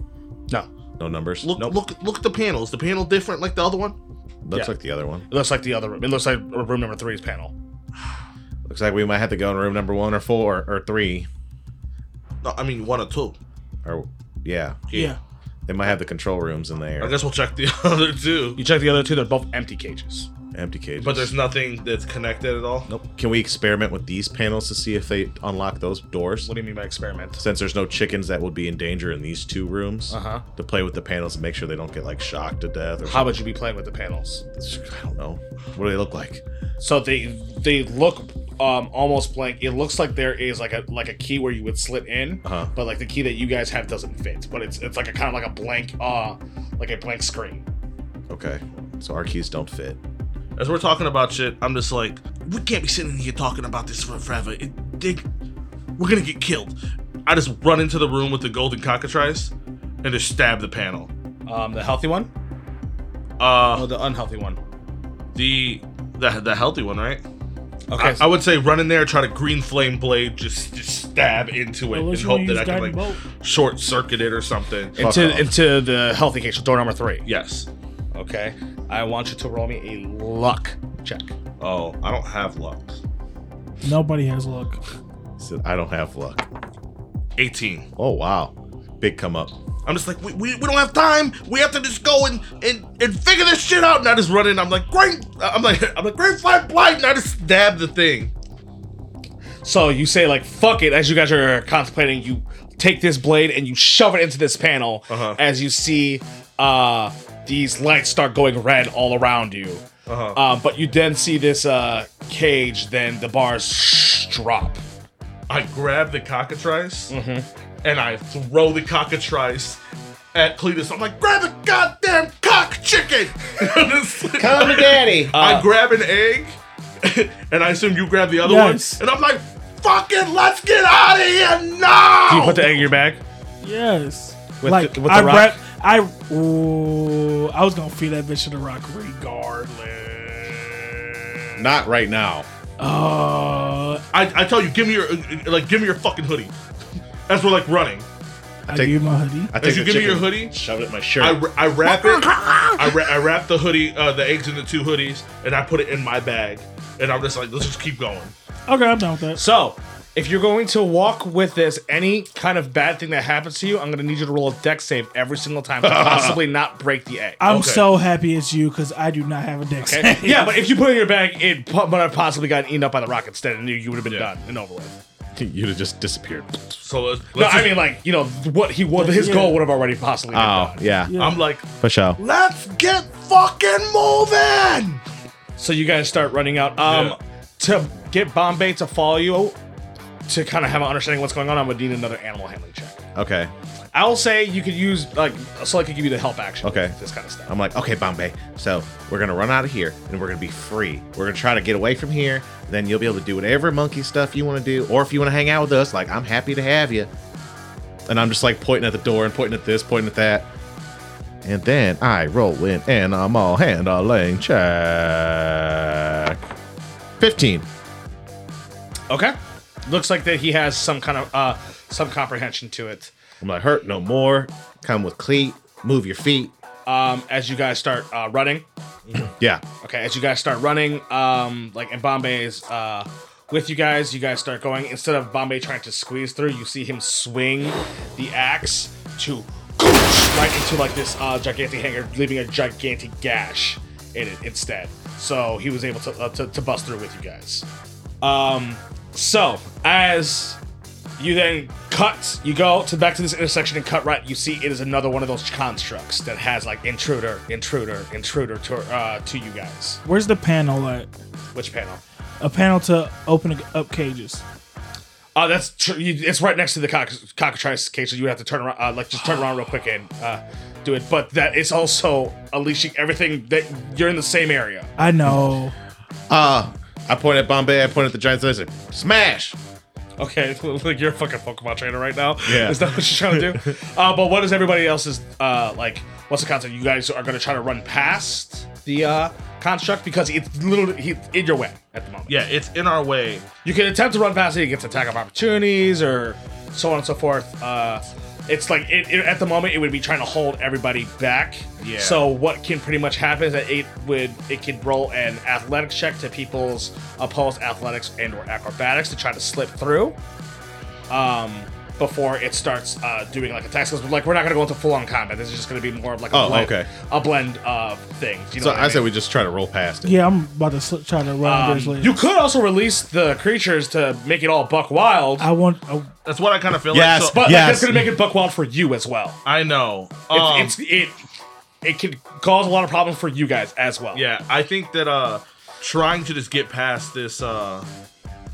Speaker 2: No,
Speaker 6: No numbers.
Speaker 4: look
Speaker 6: nope.
Speaker 4: look look at the panel. Is the panel different like the other one?
Speaker 6: Looks
Speaker 2: yeah.
Speaker 6: like the other one.
Speaker 2: it looks like the other room. It looks like room number three's panel.
Speaker 6: Looks like we might have to go in room number one or four or three.
Speaker 4: No, I mean one or two.
Speaker 6: Or yeah,
Speaker 5: Yeah.
Speaker 6: they might have the control rooms in there.
Speaker 4: I guess we'll check the [LAUGHS] other two.
Speaker 2: You check the other two; they're both empty cages.
Speaker 6: Empty cages.
Speaker 4: But there's nothing that's connected at all.
Speaker 6: Nope. Can we experiment with these panels to see if they unlock those doors?
Speaker 2: What do you mean by experiment?
Speaker 6: Since there's no chickens that would be in danger in these two rooms,
Speaker 2: Uh-huh.
Speaker 6: to play with the panels and make sure they don't get like shocked to death or
Speaker 2: How would you be playing with the panels?
Speaker 6: I don't know. What do they look like?
Speaker 2: So they they look um almost blank. It looks like there is like a like a key where you would slip in,
Speaker 6: Uh-huh.
Speaker 2: but like the key that you guys have doesn't fit. But it's it's like a kind of like a blank uh like a blank screen.
Speaker 6: Okay, so our keys don't fit.
Speaker 4: As we're talking about shit, I'm just like, we can't be sitting here talking about this for forever. It, they, we're gonna get killed. I just run into the room with the golden cockatrice and just stab the panel.
Speaker 2: Um, the healthy one,
Speaker 4: Uh,
Speaker 2: oh, the unhealthy one.
Speaker 4: the the the healthy one, right?
Speaker 2: Okay,
Speaker 4: I, I would say run in there, try to green flame blade, just, just stab into it, and
Speaker 5: Unless you
Speaker 4: hope
Speaker 5: want to
Speaker 4: that I can
Speaker 5: use guiding
Speaker 4: like
Speaker 5: bolt.
Speaker 4: short circuit it or something.
Speaker 2: into
Speaker 6: Fuck off.
Speaker 2: into the healthy cage, door number three.
Speaker 4: Yes.
Speaker 2: Okay, I want you to roll me a luck check.
Speaker 4: Oh, I don't have luck.
Speaker 5: Nobody has luck.
Speaker 6: So I don't have luck.
Speaker 4: 18.
Speaker 6: Oh wow, big come up.
Speaker 4: I'm just like, we, we, we don't have time. We have to just go and, and, and figure this shit out. And I just run in. I'm like, great. I'm like, [LAUGHS] I'm like, great fight, blind. And I just stab the thing.
Speaker 2: So you say like fuck it as you guys are contemplating. You take this blade and you shove it into this panel
Speaker 4: Uh-huh.
Speaker 2: as you see uh, these lights start going red all around you.
Speaker 4: Uh-huh.
Speaker 2: Um, but you then see this uh, cage. Then the bars sh- drop.
Speaker 4: I grab the cockatrice and I throw the cockatrice at Cletus. I'm like, grab the goddamn cock chicken. [LAUGHS]
Speaker 3: Come to daddy.
Speaker 4: I grab an egg, [LAUGHS] and I assume you grab the other
Speaker 5: Yes.
Speaker 4: one, and I'm like, "Fucking, let's get out of here now!"
Speaker 2: Do you put the egg in your bag?
Speaker 5: Yes.
Speaker 2: With
Speaker 5: like
Speaker 2: the- with
Speaker 5: I
Speaker 2: the
Speaker 5: wrap- I ooh, I was gonna feed that bitch to the rock regardless.
Speaker 6: Not right now.
Speaker 5: Uh,
Speaker 4: I, I tell you, give me your like, give me your fucking hoodie. As we're like running,
Speaker 5: I,
Speaker 6: take-
Speaker 5: give you my hoodie.
Speaker 6: I
Speaker 4: as you
Speaker 6: the
Speaker 4: give me your
Speaker 6: chicken,
Speaker 4: hoodie,
Speaker 6: Shove it in my
Speaker 4: I,
Speaker 6: shirt.
Speaker 4: wra- I wrap it. I, wra- I wrap the hoodie, uh, the eggs in the two hoodies, and I put it in my bag. And I'm just like, let's just keep going.
Speaker 5: Okay, I'm done with that.
Speaker 2: So if you're going to walk with this, any kind of bad thing that happens to you, I'm gonna need you to roll a deck save every single time [LAUGHS] to possibly not break the egg.
Speaker 5: I'm
Speaker 4: Okay.
Speaker 5: so happy it's you because I do not have a
Speaker 4: [LAUGHS]
Speaker 5: deck.
Speaker 2: Okay? yeah, but if you put it in your bag, it po- might have possibly gotten eaten up by the rock instead, and you, you would have been
Speaker 4: Yeah.
Speaker 2: done and over with.
Speaker 6: [LAUGHS] You'd have just disappeared.
Speaker 4: So let's,
Speaker 2: No,
Speaker 4: let's
Speaker 2: I
Speaker 4: just-
Speaker 2: mean, like, you know, what he was, his
Speaker 5: Yeah.
Speaker 2: goal would have already possibly been
Speaker 6: Oh
Speaker 2: done.
Speaker 6: yeah,
Speaker 5: Yeah.
Speaker 4: I'm like,
Speaker 6: for sure.
Speaker 4: let's get fucking moving.
Speaker 2: So you guys start running out. Um,
Speaker 4: Yeah.
Speaker 2: To get Bombay to follow you, to kind of have an understanding of what's going on, I'm going to need another animal handling check.
Speaker 6: Okay,
Speaker 2: I'll say you could use, like, so I could give you the help action.
Speaker 6: Okay.
Speaker 2: with This kind of stuff.
Speaker 6: I'm like, okay, Bombay. So we're gonna run out of here, and we're gonna be free. We're gonna try to get away from here. Then you'll be able to do whatever monkey stuff you want to do, or if you want to hang out with us, like I'm happy to have you. And I'm just like pointing at the door and pointing at this, pointing at that. And then I roll in and I'm all handling check. 15.
Speaker 2: okay. Looks like that he has some kind of, uh, some comprehension to it.
Speaker 6: I'm like, hurt no more. Come with cleat. Move your feet.
Speaker 2: Um, as you guys start uh, running,
Speaker 6: Yeah.
Speaker 2: Okay, as you guys start running, um, like and Bombay is uh, with you guys. You guys start going. Instead of Bombay trying to squeeze through, you see him swing the axe to right into like this uh, gigantic hanger, leaving a gigantic gash in it instead. So he was able to uh, to, to bust through with you guys. Um, so as you then cut, you go to back to this intersection and cut right. You see it is another one of those constructs that has like intruder, intruder, intruder to uh, to you guys.
Speaker 5: [LAUGHS] Where's the panel at?
Speaker 2: Which panel?
Speaker 5: A panel to open up cages.
Speaker 2: Oh, that's tr- you, it's right next to the cock- cockatrice cage, so you would have to turn around, uh, like just turn around real quick and uh, do it, but that is also unleashing everything that you're in the same area.
Speaker 5: I know.
Speaker 6: Uh, I point at Bombay, I point at the Giants, and I say, smash!
Speaker 2: Okay, [LAUGHS] like you're a fucking Pokemon trainer right now.
Speaker 6: Yeah.
Speaker 2: is that what you're trying [LAUGHS] to do? uh, but what is everybody else's uh, like? What's the concept? You guys are gonna try to run past the uh, construct because it's literally he, in your way at the moment.
Speaker 4: Yeah, it's in our way.
Speaker 2: You can attempt to run past it. It gets attack of opportunities or so on and so forth. Uh, it's like it, it- at the moment it would be trying to hold everybody back.
Speaker 4: Yeah.
Speaker 2: So what can pretty much happen is that it would it can roll an athletics check to people's opposed athletics and or acrobatics to try to slip through. Um. Before it starts uh, doing like attacks, 'Cause, like we're not gonna go into full on combat. This is just gonna be more of like a
Speaker 6: Oh,
Speaker 2: blend,
Speaker 6: okay.
Speaker 2: a blend of things. You know
Speaker 6: So
Speaker 2: what
Speaker 6: I
Speaker 2: mean?
Speaker 6: say we just try to roll past it.
Speaker 5: Yeah, I'm about to sl- try to run
Speaker 2: Um,
Speaker 5: Grizzly.
Speaker 2: you could also release the creatures to make it all buck wild.
Speaker 5: I want. oh, I,
Speaker 4: That's what I kind of feel
Speaker 6: Yes,
Speaker 4: like. So,
Speaker 2: But like,
Speaker 6: Yes.
Speaker 2: that's gonna make it buck wild for you as well.
Speaker 4: I know.
Speaker 2: It's,
Speaker 4: Um,
Speaker 2: it's it it could cause a lot of problems for you guys as well.
Speaker 4: Um, yeah, I think that uh trying to just get past this uh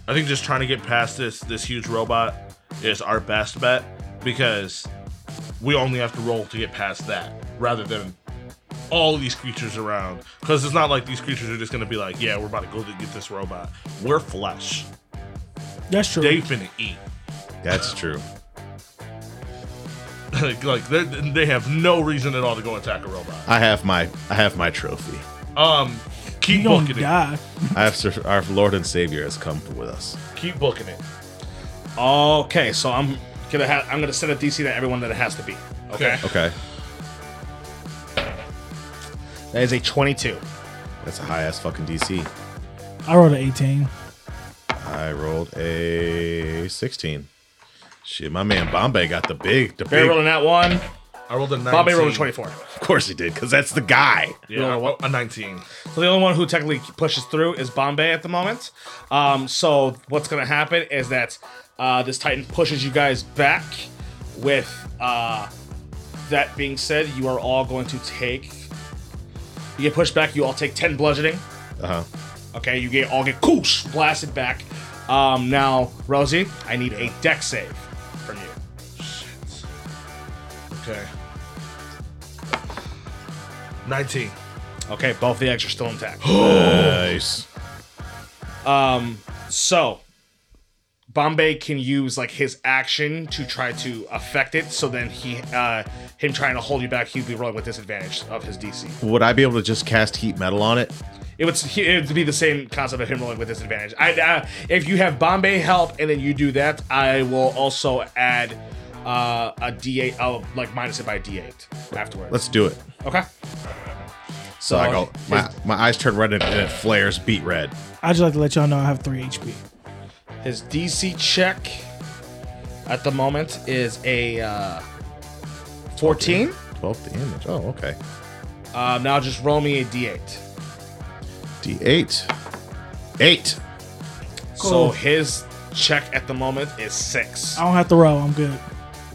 Speaker 4: I think just trying to get past this this huge robot is our best bet because we only have to roll to get past that rather than all these creatures around because it's not like these creatures are just gonna be like yeah we're about to go to get this robot we're flesh
Speaker 5: that's true.
Speaker 4: they finna eat
Speaker 6: That's true.
Speaker 4: like, [LAUGHS] like they're- they have no reason at all to go attack a robot
Speaker 6: I have my I have my trophy.
Speaker 4: um
Speaker 5: you
Speaker 4: keep
Speaker 5: gonna
Speaker 4: booking it
Speaker 5: die.
Speaker 6: I have sur- our Lord and Savior has come with us.
Speaker 4: keep booking it
Speaker 2: Okay, so I'm gonna have I'm gonna set a DC that everyone that it has to be.
Speaker 4: okay
Speaker 6: Okay,
Speaker 2: That is a 22.
Speaker 6: that's a high ass fucking DC.
Speaker 5: I rolled an 18.
Speaker 6: I rolled a sixteen. Shit, my man Bombay got the big, the
Speaker 2: Barry
Speaker 6: big.
Speaker 2: rolling that one.
Speaker 4: I rolled a 19
Speaker 2: Bobby rolling 24.
Speaker 6: Of course he did, cause that's the guy.
Speaker 4: yeah, I- a 19
Speaker 2: So the only one who technically pushes through is Bombay at the moment. Um, so what's gonna happen is that uh, this Titan pushes you guys back. With uh, that being said, you are all going to take. You get pushed back. You all take 10 bludgeoning.
Speaker 6: Uh huh.
Speaker 2: Okay, you get all get koosh blasted back. Um, now Rosie, I need a deck save from you.
Speaker 4: Okay. 19.
Speaker 2: Okay, both the eggs are still intact. [GASPS]
Speaker 6: Nice.
Speaker 2: so Bombay can use like his action to try to affect it. So then he, uh, him trying to hold you back, he'd be rolling with disadvantage of his DC.
Speaker 6: Would I be able to just cast heat metal on it?
Speaker 2: It would he- it would be the same concept of him rolling with disadvantage. I, I if you have Bombay help and then you do that, I will also add uh, a D8. I'll like minus it by D8 afterwards.
Speaker 6: Let's do it.
Speaker 2: okay.
Speaker 6: So I go. My, my eyes turn red and it flares beat red.
Speaker 5: I just like to let y'all know I have 3 HP.
Speaker 2: His DC check at the moment is a uh, 14.
Speaker 6: Twelve damage. Oh, okay.
Speaker 2: Um, now just roll me a d8.
Speaker 6: D8. Eight.
Speaker 2: So his check at the moment is 6.
Speaker 5: I don't have to roll. I'm good.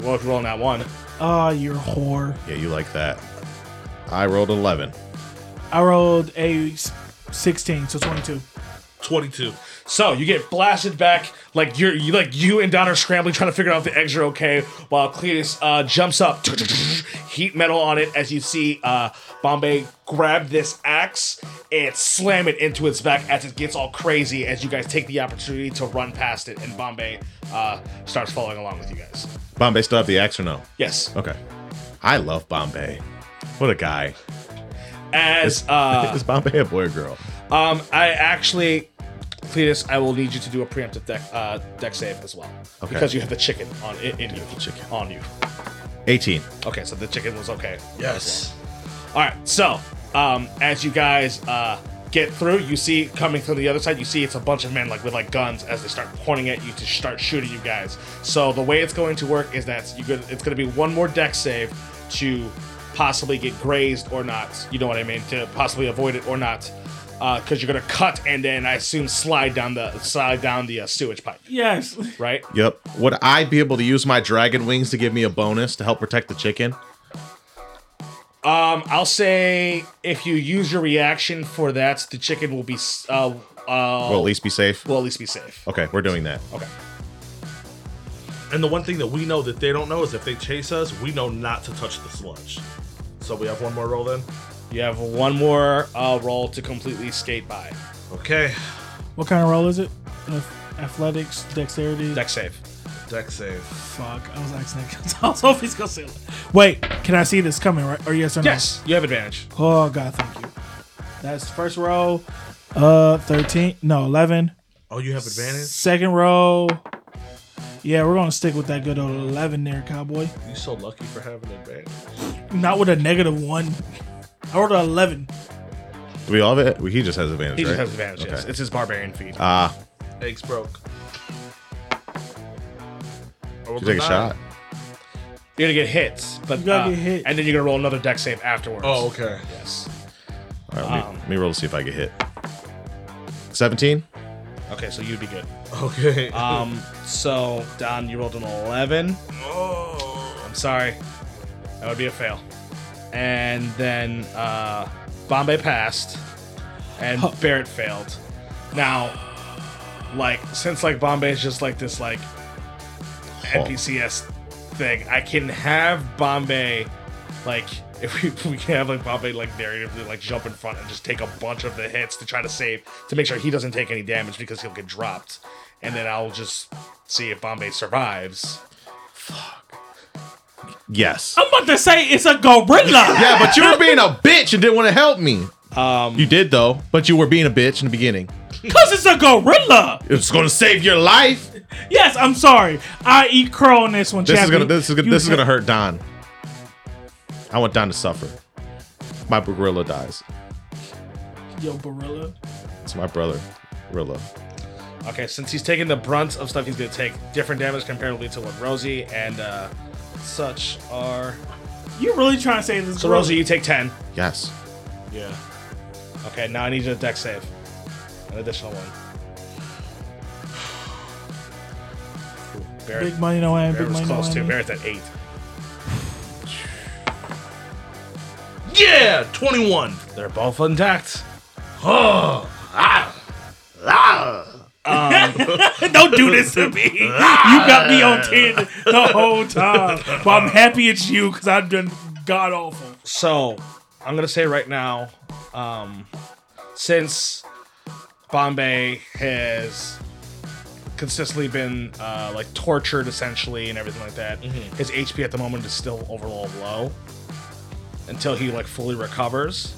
Speaker 2: Well, if you roll that one,
Speaker 5: Ah, you're a whore.
Speaker 6: Yeah, you like that. I rolled 11.
Speaker 5: I rolled a s- 16, so 22.
Speaker 4: 22.
Speaker 2: So you get blasted back, like you're you, like you and Don are scrambling trying to figure out if the eggs are okay, while Cletus uh, jumps up, heat metal on it as you see uh, Bombay grab this axe and slam it into its back as it gets all crazy as you guys take the opportunity to run past it and Bombay uh, starts following along with you guys.
Speaker 6: Bombay still have the axe or no?
Speaker 2: Yes,
Speaker 6: Okay. I love Bombay. What a guy.
Speaker 2: as uh,
Speaker 6: Is Bombay a boy or girl?
Speaker 2: um, I actually. Cletus, I will need you to do a preemptive deck uh, deck save as well,
Speaker 6: Okay.
Speaker 2: because you have the chicken on in, in you,
Speaker 6: chicken.
Speaker 2: on you.
Speaker 6: 18.
Speaker 2: Okay, so the chicken was okay.
Speaker 4: Yes.
Speaker 2: All right, so um, as you guys uh, get through, you see coming through the other side, you see it's a bunch of men like with like guns as they start pointing at you to start shooting you guys. So the way it's going to work is that you could, it's going to be one more deck save to possibly get grazed or not. You know what I mean? To possibly avoid it or not, because you're going to cut and then I assume slide down the slide down the uh, sewage pipe,
Speaker 5: Yes.
Speaker 2: right?
Speaker 6: Yep. Would I be able to use my dragon wings to give me a bonus to help protect the chicken?
Speaker 2: Um, I'll say if you use your reaction for that, the chicken will be s- uh, uh,
Speaker 6: Will at least be safe?
Speaker 2: will at least be safe.
Speaker 6: Okay, we're doing that.
Speaker 2: Okay.
Speaker 4: And the one thing that we know that they don't know is if they chase us, we know not to touch the sludge. So we have one more roll then.
Speaker 2: You have one more uh, roll to completely skate by.
Speaker 4: Okay.
Speaker 5: [LAUGHS] What kind of roll is it? Ath- Athletics, dexterity.
Speaker 2: Deck save.
Speaker 4: Deck save.
Speaker 5: Fuck, I was actually. I was hoping he's gonna say. Wait, can I see this coming? Right? Or yes or no?
Speaker 2: Yes, you have advantage.
Speaker 5: Oh god, thank you. That's the first roll. Uh, thirteen. No, eleven.
Speaker 4: Oh, you have advantage.
Speaker 5: Second roll. Yeah, we're gonna stick with that good old eleven there, cowboy.
Speaker 4: You so lucky for having advantage.
Speaker 5: Not with a negative one. I rolled an eleven.
Speaker 6: Do we all have it? He just has advantage,
Speaker 2: He just
Speaker 6: right?
Speaker 2: has advantage. Yes,
Speaker 6: Okay.
Speaker 2: it's his barbarian feat.
Speaker 6: Ah,
Speaker 4: Eggs broke. I rolled
Speaker 6: you take a
Speaker 4: nine.
Speaker 6: shot.
Speaker 2: You're gonna get hits, but
Speaker 5: You gotta
Speaker 2: uh,
Speaker 5: get hit.
Speaker 2: and then you're gonna roll another deck save afterwards.
Speaker 4: Oh, okay. [LAUGHS]
Speaker 2: yes.
Speaker 6: All right,
Speaker 2: Um.
Speaker 6: let me, let me roll to see if I get hit. 17?
Speaker 2: Okay, so you'd be good.
Speaker 4: Okay.
Speaker 2: Um, so Don, you rolled an eleven.
Speaker 4: oh.
Speaker 2: I'm sorry, that would be a fail. And then uh, Bombay passed, and Barrett failed. Now, like since like Bombay is just like this like NPCS thing, I can have Bombay like [LAUGHS] if we, we can have like Bombay like narratively like jump in front and just take a bunch of the hits to try to save to make sure he doesn't take any damage because he'll get dropped, and then I'll just see if Bombay survives.
Speaker 6: Yes.
Speaker 2: Oh.
Speaker 5: I'm about to say it's a [LAUGHS] gorilla.
Speaker 6: Yeah, but you were being a bitch and didn't want to help me. Um, you did though, but you were being a bitch in the beginning.
Speaker 5: Cause it's a gorilla.
Speaker 6: It's gonna save your life.
Speaker 5: Yes, I'm sorry. I eat crow on this one.
Speaker 6: This is
Speaker 5: champion.
Speaker 6: gonna this is gonna
Speaker 5: You
Speaker 6: this is
Speaker 5: ha-
Speaker 6: gonna hurt Don. I want Don to suffer. My gorilla dies.
Speaker 5: Yo, gorilla.
Speaker 6: It's my brother, gorilla.
Speaker 2: Okay, since he's taking the brunt of stuff, he's going to take different damage comparatively to what Rosie and uh, such are.
Speaker 5: You really trying to say this?
Speaker 2: So
Speaker 5: gorilla-
Speaker 2: Rosie, you take ten.
Speaker 6: Yes.
Speaker 4: Yeah.
Speaker 2: Okay, now I need you to deck save, an additional one. Ooh, Barrett,
Speaker 5: Big money, no hand.
Speaker 2: Barrett
Speaker 5: Big
Speaker 2: was
Speaker 5: money, no
Speaker 2: close to.
Speaker 5: hand.
Speaker 2: Barrett's at eight.
Speaker 4: Yeah. Twenty-one.
Speaker 2: They're both intact.
Speaker 5: [LAUGHS] Don't do this to me. you got
Speaker 2: [LAUGHS]
Speaker 5: me on ten the whole time, but I'm happy it's you because I've done god awful.
Speaker 2: So I'm gonna say right now, um, since Bombay has consistently been uh, like tortured essentially and everything like that, his HP at the moment is still overall low until he like fully recovers.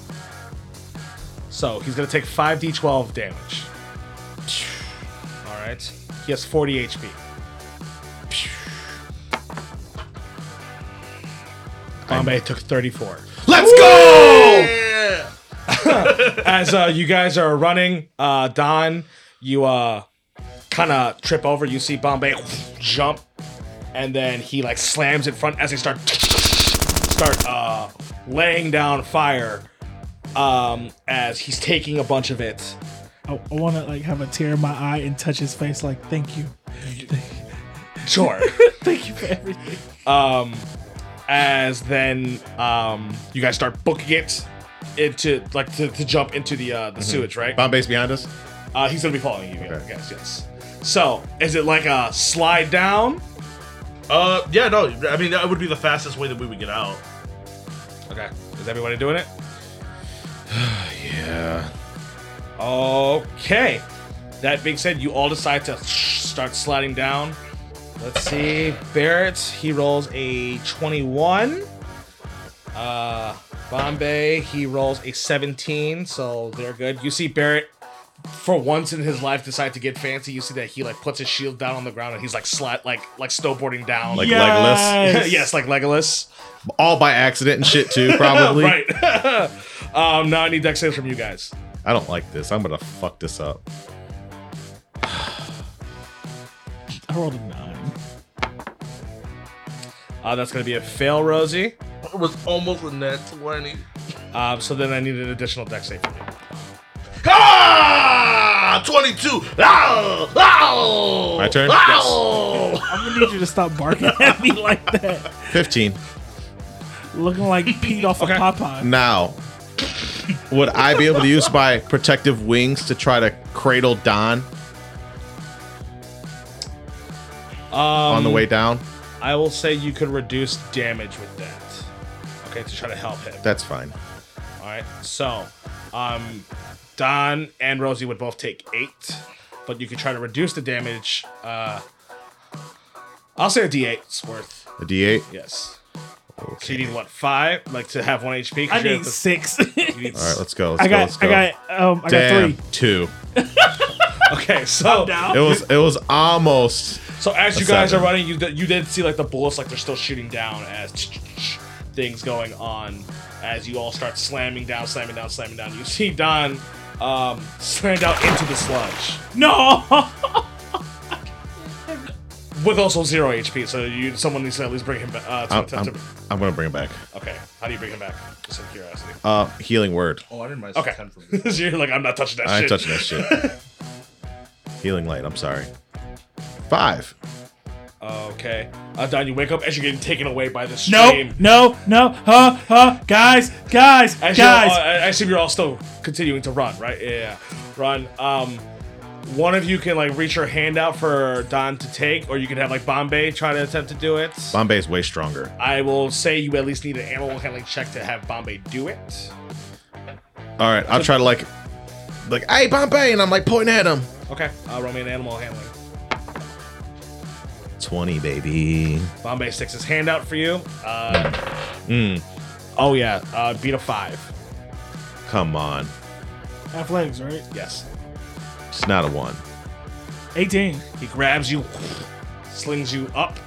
Speaker 2: So he's gonna take five d12 damage. All right, he has 40 HP.
Speaker 5: Um,
Speaker 2: Bombay took 34.
Speaker 6: Let's
Speaker 4: Oh.
Speaker 6: go.
Speaker 4: Yeah.
Speaker 2: as uh, you guys are running, uh, Don, you uh, kind of trip over. You see Bombay jump, and then he like slams in front as they start start uh, laying down fire. Um, as he's taking a bunch of it.
Speaker 5: I, I want to like have a tear in my eye and touch his face, like thank you,
Speaker 2: Sure.
Speaker 5: [LAUGHS]
Speaker 2: Um,
Speaker 5: thank you for everything.
Speaker 2: as then um, you guys start booking it into like to, to jump into the uh, the
Speaker 5: Mm-hmm.
Speaker 2: sewage, right?
Speaker 6: Bombay's behind us.
Speaker 2: Uh, he's gonna be following you. I guess yes. So is it like a slide down?
Speaker 4: Uh. Yeah. No. I mean, that would be the fastest way that we would get out.
Speaker 2: Okay. Is everybody doing it?
Speaker 6: [SIGHS] Yeah.
Speaker 2: Okay. That being said, you all decide to start sliding down. Let's see. Barrett, he rolls a 21. Uh, Bombay, he rolls a 17, so they're good. You see Barrett, for once in his life, decide to get fancy. You see that he like puts his shield down on the ground and he's like slide, like like snowboarding down.
Speaker 6: Like
Speaker 5: [LAUGHS]
Speaker 6: [LAUGHS]
Speaker 5: Yes.
Speaker 2: [LAUGHS] yes, like Legolas.
Speaker 6: Legolas. All by accident and shit
Speaker 5: [LAUGHS]
Speaker 6: too, probably.
Speaker 2: Right. [LAUGHS] um, now I need deck saves from you guys.
Speaker 6: I don't like this. I'm gonna fuck this up.
Speaker 5: I rolled a nine.
Speaker 2: Uh, that's gonna be a fail, Rosie.
Speaker 4: It was almost a net twenty.
Speaker 2: Um, so then I need an additional deck save from you.
Speaker 4: Ah! Twenty-two. Ah! Ah!
Speaker 6: My turn?
Speaker 4: Ah!
Speaker 5: I'm gonna need you to stop
Speaker 2: [LAUGHS]
Speaker 5: barking at me like that,
Speaker 6: Fifteen.
Speaker 5: looking
Speaker 4: [LAUGHS]
Speaker 5: like Pete off
Speaker 2: Okay.
Speaker 5: of Popeye.
Speaker 6: Now, would I be able to use my protective wings to try to cradle Don on the way down?
Speaker 5: Um,
Speaker 2: I will say you could reduce damage with that. okay, to try to help him.
Speaker 6: That's fine.
Speaker 2: All right. So, um, Don and Rosie would both take eight, but you could try to reduce the damage. Uh, I'll say a D8's worth.
Speaker 6: A D8.
Speaker 2: Yes. So you need what five? Like to have one HP? 'cause
Speaker 5: I
Speaker 2: you're at
Speaker 5: need
Speaker 2: the-
Speaker 5: six. [LAUGHS]
Speaker 2: you need
Speaker 6: All right, let's go. Let's
Speaker 5: I
Speaker 6: go. Let's
Speaker 5: got,
Speaker 6: go.
Speaker 5: I got, um, I
Speaker 6: Damn,
Speaker 5: got three.
Speaker 6: two.
Speaker 2: Okay, so
Speaker 5: Down.
Speaker 6: It was it was almost.
Speaker 2: so as you
Speaker 6: A
Speaker 2: guys
Speaker 6: seven.
Speaker 2: are running, you did- you did see like the bullets like they're still shooting down as things going on as you all start slamming down, slamming down, slamming down. You see Don um, slammed out into the sludge
Speaker 4: [LAUGHS]
Speaker 5: No.
Speaker 2: with also zero HP. So you someone needs to at least bring him back. Uh, to,
Speaker 6: I'm,
Speaker 2: to-
Speaker 6: I'm,
Speaker 2: to-
Speaker 6: I'm gonna bring it back.
Speaker 2: okay, how do you bring him back? Just in curiosity.
Speaker 6: Uh, healing word.
Speaker 4: Oh, I didn't minus
Speaker 2: Okay, so [LAUGHS] you're like I'm not touching that
Speaker 6: I
Speaker 2: shit.
Speaker 6: ain't touching that
Speaker 2: [LAUGHS]
Speaker 6: shit. healing light. I'm sorry. Five.
Speaker 2: Okay, uh, Don, you wake up as you're getting taken away by the stream.
Speaker 5: Nope. No. No. Huh. Huh. Guys. Guys.
Speaker 2: As you're-
Speaker 5: guys.
Speaker 2: uh, I I assume you're all still continuing to run, right? Yeah, yeah, yeah. run. Um, one of you can like reach your hand out for Don to take, or you can have like Bombay try to attempt to do it.
Speaker 6: Bombay is way stronger.
Speaker 2: I will say you at least need an animal handling check to have Bombay do it.
Speaker 6: All right, I'll try to like, like, hey Bombay, and I'm like pointing at him.
Speaker 2: Okay, uh, roll me an animal handling.
Speaker 6: Twenty, baby.
Speaker 2: Bombay sticks his hand out for you. Uh, Oh yeah, uh, beat a five.
Speaker 6: Come on,
Speaker 5: Athletics, right?
Speaker 2: Yes,
Speaker 6: it's not a one.
Speaker 5: 18.
Speaker 2: he grabs you, [SIGHS] slings you up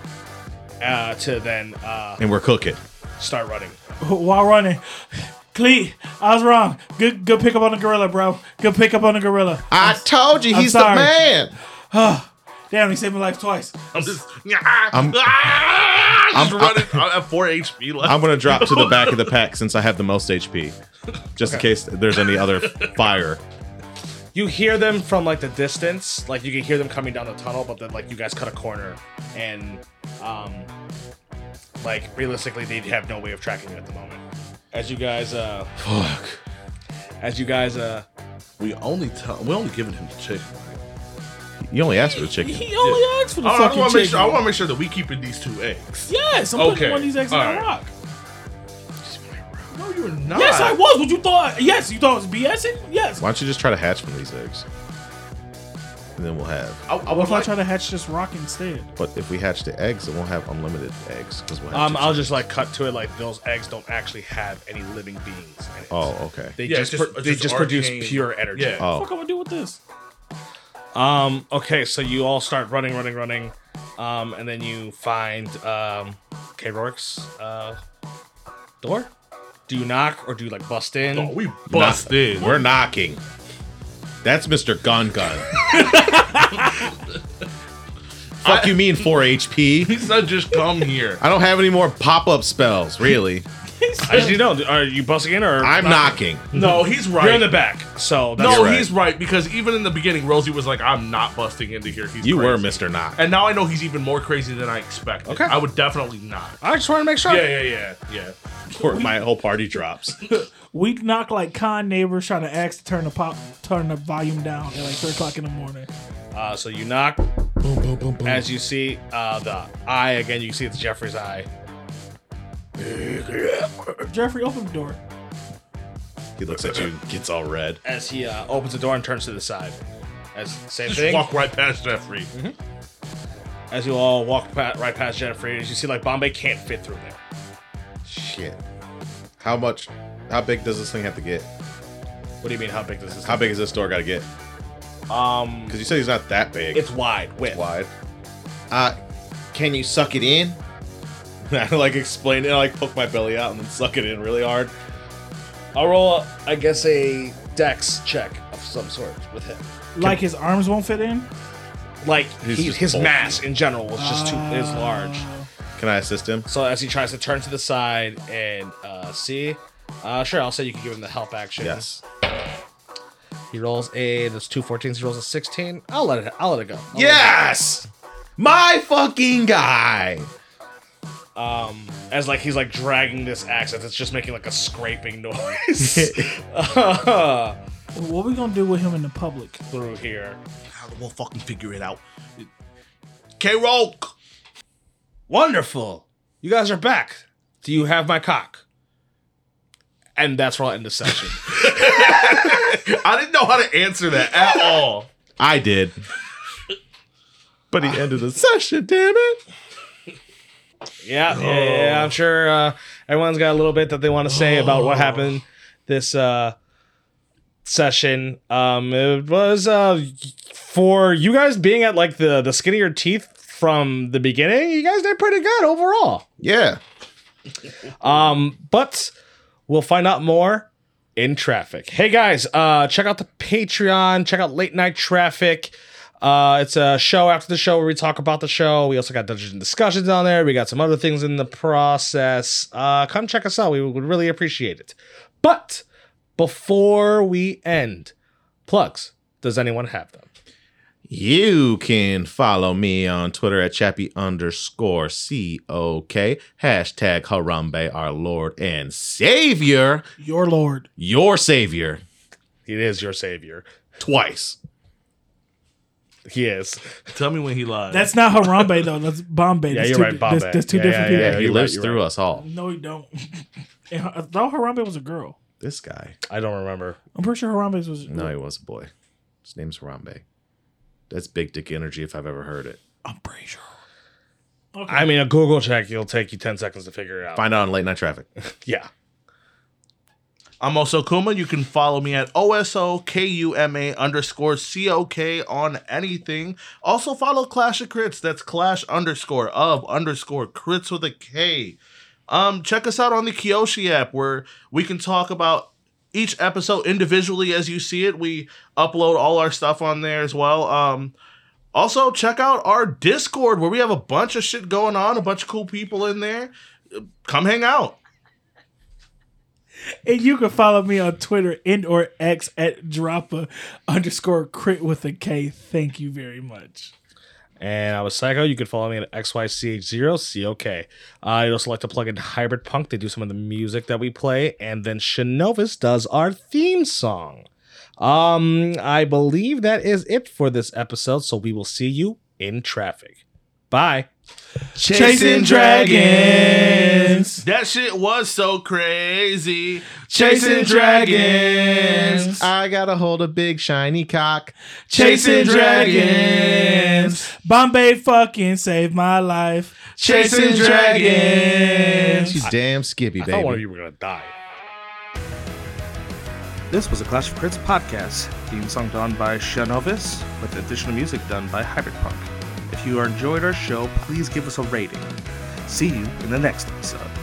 Speaker 2: uh, to then uh,
Speaker 6: And we're cooking.
Speaker 2: start running.
Speaker 5: While running. Cleet, I was wrong. Good good pickup on the gorilla, bro. Good pickup on the gorilla.
Speaker 3: I
Speaker 6: Ah.
Speaker 3: told you
Speaker 5: I'm
Speaker 3: he's
Speaker 5: sorry.
Speaker 3: the man.
Speaker 5: Damn, he saved my life twice.
Speaker 4: [LAUGHS] I'm [LAUGHS] just,
Speaker 6: I'm-
Speaker 4: I'm, just
Speaker 6: I'm-
Speaker 4: running. I have four HP left.
Speaker 6: I'm gonna drop to the back
Speaker 5: [LAUGHS]
Speaker 6: of the pack since I have the most HP, just in case there's any other fire.
Speaker 2: you hear them from like the distance like you can hear them coming down the tunnel but then like you guys cut a corner and um like realistically they have no way of tracking you at the moment as you guys uh
Speaker 4: Fuck.
Speaker 2: as you guys uh
Speaker 4: We only tell. We only giving him the chicken. right?
Speaker 6: You only asked for the
Speaker 2: [LAUGHS]
Speaker 6: chicken.
Speaker 5: He only asked for the
Speaker 4: Oh, I,
Speaker 5: fucking
Speaker 4: want to make
Speaker 5: chicken.
Speaker 4: sure. I want to make sure that we keeping these two eggs.
Speaker 5: yes, I'm
Speaker 4: Okay,
Speaker 5: putting one of these eggs in
Speaker 4: all
Speaker 5: that
Speaker 4: right.
Speaker 5: rock.
Speaker 4: No, you're not.
Speaker 5: Yes, I was. What you thought? Yes, you thought it was BSing? Yes.
Speaker 6: Why don't you just try to hatch from these eggs? And then we'll have.
Speaker 4: I, I
Speaker 5: What
Speaker 4: would
Speaker 5: if I
Speaker 4: like,
Speaker 5: try to hatch this rock instead?
Speaker 6: But if we hatch the eggs, then we'll have unlimited eggs because we'll have.
Speaker 2: um
Speaker 6: two
Speaker 2: i'll just like cut to it like those eggs don't actually have any living beings in it.
Speaker 6: Oh, okay.
Speaker 2: they
Speaker 4: Yeah,
Speaker 2: just,
Speaker 4: just-
Speaker 2: pro- they
Speaker 4: just
Speaker 2: just produce
Speaker 4: arcane-
Speaker 2: pure energy
Speaker 4: yeah.
Speaker 5: What the
Speaker 6: Oh,
Speaker 5: fuck am I gonna do with this?
Speaker 2: Um, okay, so you all start running, running, running. Um, and then you find um K Rourke's uh door. Do you knock or do you like bust in?
Speaker 4: oh, we busted.
Speaker 6: we're knocking. That's Mr. Gun [LAUGHS] Gun. Fuck you mean 4 HP?
Speaker 4: He's not just come here.
Speaker 6: I don't have any more pop up spells, really.
Speaker 2: I just you know, are you busting in or
Speaker 6: I'm knocking.
Speaker 4: [LAUGHS]
Speaker 6: [LAUGHS]
Speaker 4: No, he's right.
Speaker 2: You're in the back. So that's
Speaker 4: no,
Speaker 6: You're right.
Speaker 4: he's right because even in the beginning, Rosie was like, "I'm not busting into here." He's
Speaker 6: You were
Speaker 4: crazy."
Speaker 6: Mr. [LAUGHS] Knock.
Speaker 4: And now I know he's even more crazy than I expected.
Speaker 2: Okay.
Speaker 4: I would definitely not.
Speaker 2: I just want to make sure.
Speaker 4: Yeah, yeah, yeah, yeah.
Speaker 6: Or my whole party drops.
Speaker 5: We knock like con neighbors trying to ask to turn the pop, turn the volume down at like three o'clock in the morning.
Speaker 2: Uh, so you knock. Boom, boom, boom, boom. As you see uh, the eye again, you see it's Jeffrey's eye.
Speaker 5: Jeffrey, open the door.
Speaker 6: He looks at you and gets all red.
Speaker 2: As he uh, opens the door and turns to the side. As same
Speaker 4: Just
Speaker 2: thing.
Speaker 4: walk right past Jeffrey.
Speaker 2: As you all walk pa- right past Jeffrey, as you see like Bombay can't fit through there.
Speaker 6: Shit. How much? How big does this thing have to get?
Speaker 2: What do you mean? How big does this?
Speaker 6: How big is this door got to get?
Speaker 2: Um,
Speaker 6: Because you said he's not that big.
Speaker 2: it's wide. Width.
Speaker 6: wide. Uh, can you suck it in? [LAUGHS] I like explain it. I like poke my belly out and then suck it in really hard.
Speaker 2: I'll roll, I guess, a dex check of some sort with him.
Speaker 5: Like his arms won't fit in.
Speaker 2: Like
Speaker 6: He's
Speaker 2: he,
Speaker 6: just
Speaker 2: his
Speaker 6: bulky.
Speaker 2: mass in general is just too is large.
Speaker 6: Can I assist him?
Speaker 2: So as he tries to turn to the side and uh, see, uh, sure, I'll say you can give him the help action.
Speaker 6: Yes.
Speaker 2: He rolls a that's two 14s. He rolls a sixteen. I'll let it. I'll let it go. I'll
Speaker 6: Yes, my fucking guy.
Speaker 2: let it- As like he's like dragging this axe, as it's just making like a scraping [LAUGHS]
Speaker 6: [LAUGHS]
Speaker 2: noise uh,
Speaker 5: What we gonna do with him in the public?
Speaker 2: through here.
Speaker 4: We'll fucking figure it out. K. Rock.
Speaker 2: Wonderful. You guys are back. Do you have my cock? And that's where I'll end the session.
Speaker 4: I didn't know how to answer that at all.
Speaker 6: [LAUGHS] I did. But he ended the session, damn it.
Speaker 2: yeah, yeah, yeah, yeah. I'm sure uh, everyone's got a little bit that they want to say about what happened this uh, session. Um, it was uh, for you guys being at like the the skinnier teeth from the beginning. You guys did pretty good overall.
Speaker 6: Yeah.
Speaker 2: Um, but we'll find out more in traffic. Hey guys, uh, check out the Patreon. Check out Late Night Traffic. Uh, it's a show after the show where we talk about the show. We also got Dungeons and Discussions on there. We got some other things in the process. Uh, come check us out. We would really appreciate it. But before we end, plugs. Does anyone have them?
Speaker 6: You can follow me on Twitter at Chappie underscore C O K. Hashtag Harambe, our Lord and Savior.
Speaker 5: Your Lord.
Speaker 6: Your Savior.
Speaker 2: It is your savior.
Speaker 6: Twice.
Speaker 2: He is.
Speaker 4: Tell me when he lied.
Speaker 5: That's not Harambe though. That's
Speaker 2: Yeah,
Speaker 5: Bombay. that's
Speaker 2: you're
Speaker 5: two,
Speaker 2: right, Bombay.
Speaker 5: That's, that's two
Speaker 2: Yeah,
Speaker 5: different
Speaker 2: yeah,
Speaker 5: people.
Speaker 6: he
Speaker 2: you're right,
Speaker 6: lives
Speaker 2: you're
Speaker 6: through
Speaker 2: right.
Speaker 6: us all.
Speaker 5: No, you don't. [LAUGHS] And I thought Harambe was a girl.
Speaker 6: This guy.
Speaker 2: I don't remember.
Speaker 5: I'm pretty sure Harambe was.
Speaker 6: No, he was a boy. His name's Harambe. That's big dick energy if I've ever heard it.
Speaker 5: I'm pretty sure.
Speaker 2: I mean, a Google check, it'll take you 10 seconds to figure it out.
Speaker 6: Find out on late night traffic.
Speaker 2: Yeah.
Speaker 4: I'm also Kuma. You can follow me at OSOKUMA underscore COK on anything. Also follow Clash of Crits. That's Clash underscore of underscore crits with a K. Um, check us out on the Kyoshi app where we can talk about each episode individually as you see it. We upload all our stuff on there as well. Um, also, check out our Discord where we have a bunch of shit going on, a bunch of cool people in there. Uh, Come hang out.
Speaker 5: And you can follow me on Twitter and or X at droppa underscore crit with a K. Thank you very much.
Speaker 2: And I was Psycho. You can follow me at XYCH0COK. Uh, I'd also like to plug in Hybrid Punk. They do some of the music that we play. And then Shinovis does our theme song. Um, I believe that is it for this episode. So we will see you in traffic. Bye.
Speaker 5: Chasing dragons.
Speaker 4: That shit was so crazy.
Speaker 5: Chasing dragons.
Speaker 6: I gotta hold a big shiny cock.
Speaker 5: Chasing dragons. Bombay fucking saved my life. Chasing dragons.
Speaker 6: She's damn skippy,
Speaker 2: I
Speaker 6: baby.
Speaker 2: thought one of you were going to die.
Speaker 8: This was a Clash of Crits podcast, theme song done by Shanovis, with additional music done by Hybrid Punk. If you enjoyed our show, please give us a rating. See you in the next episode.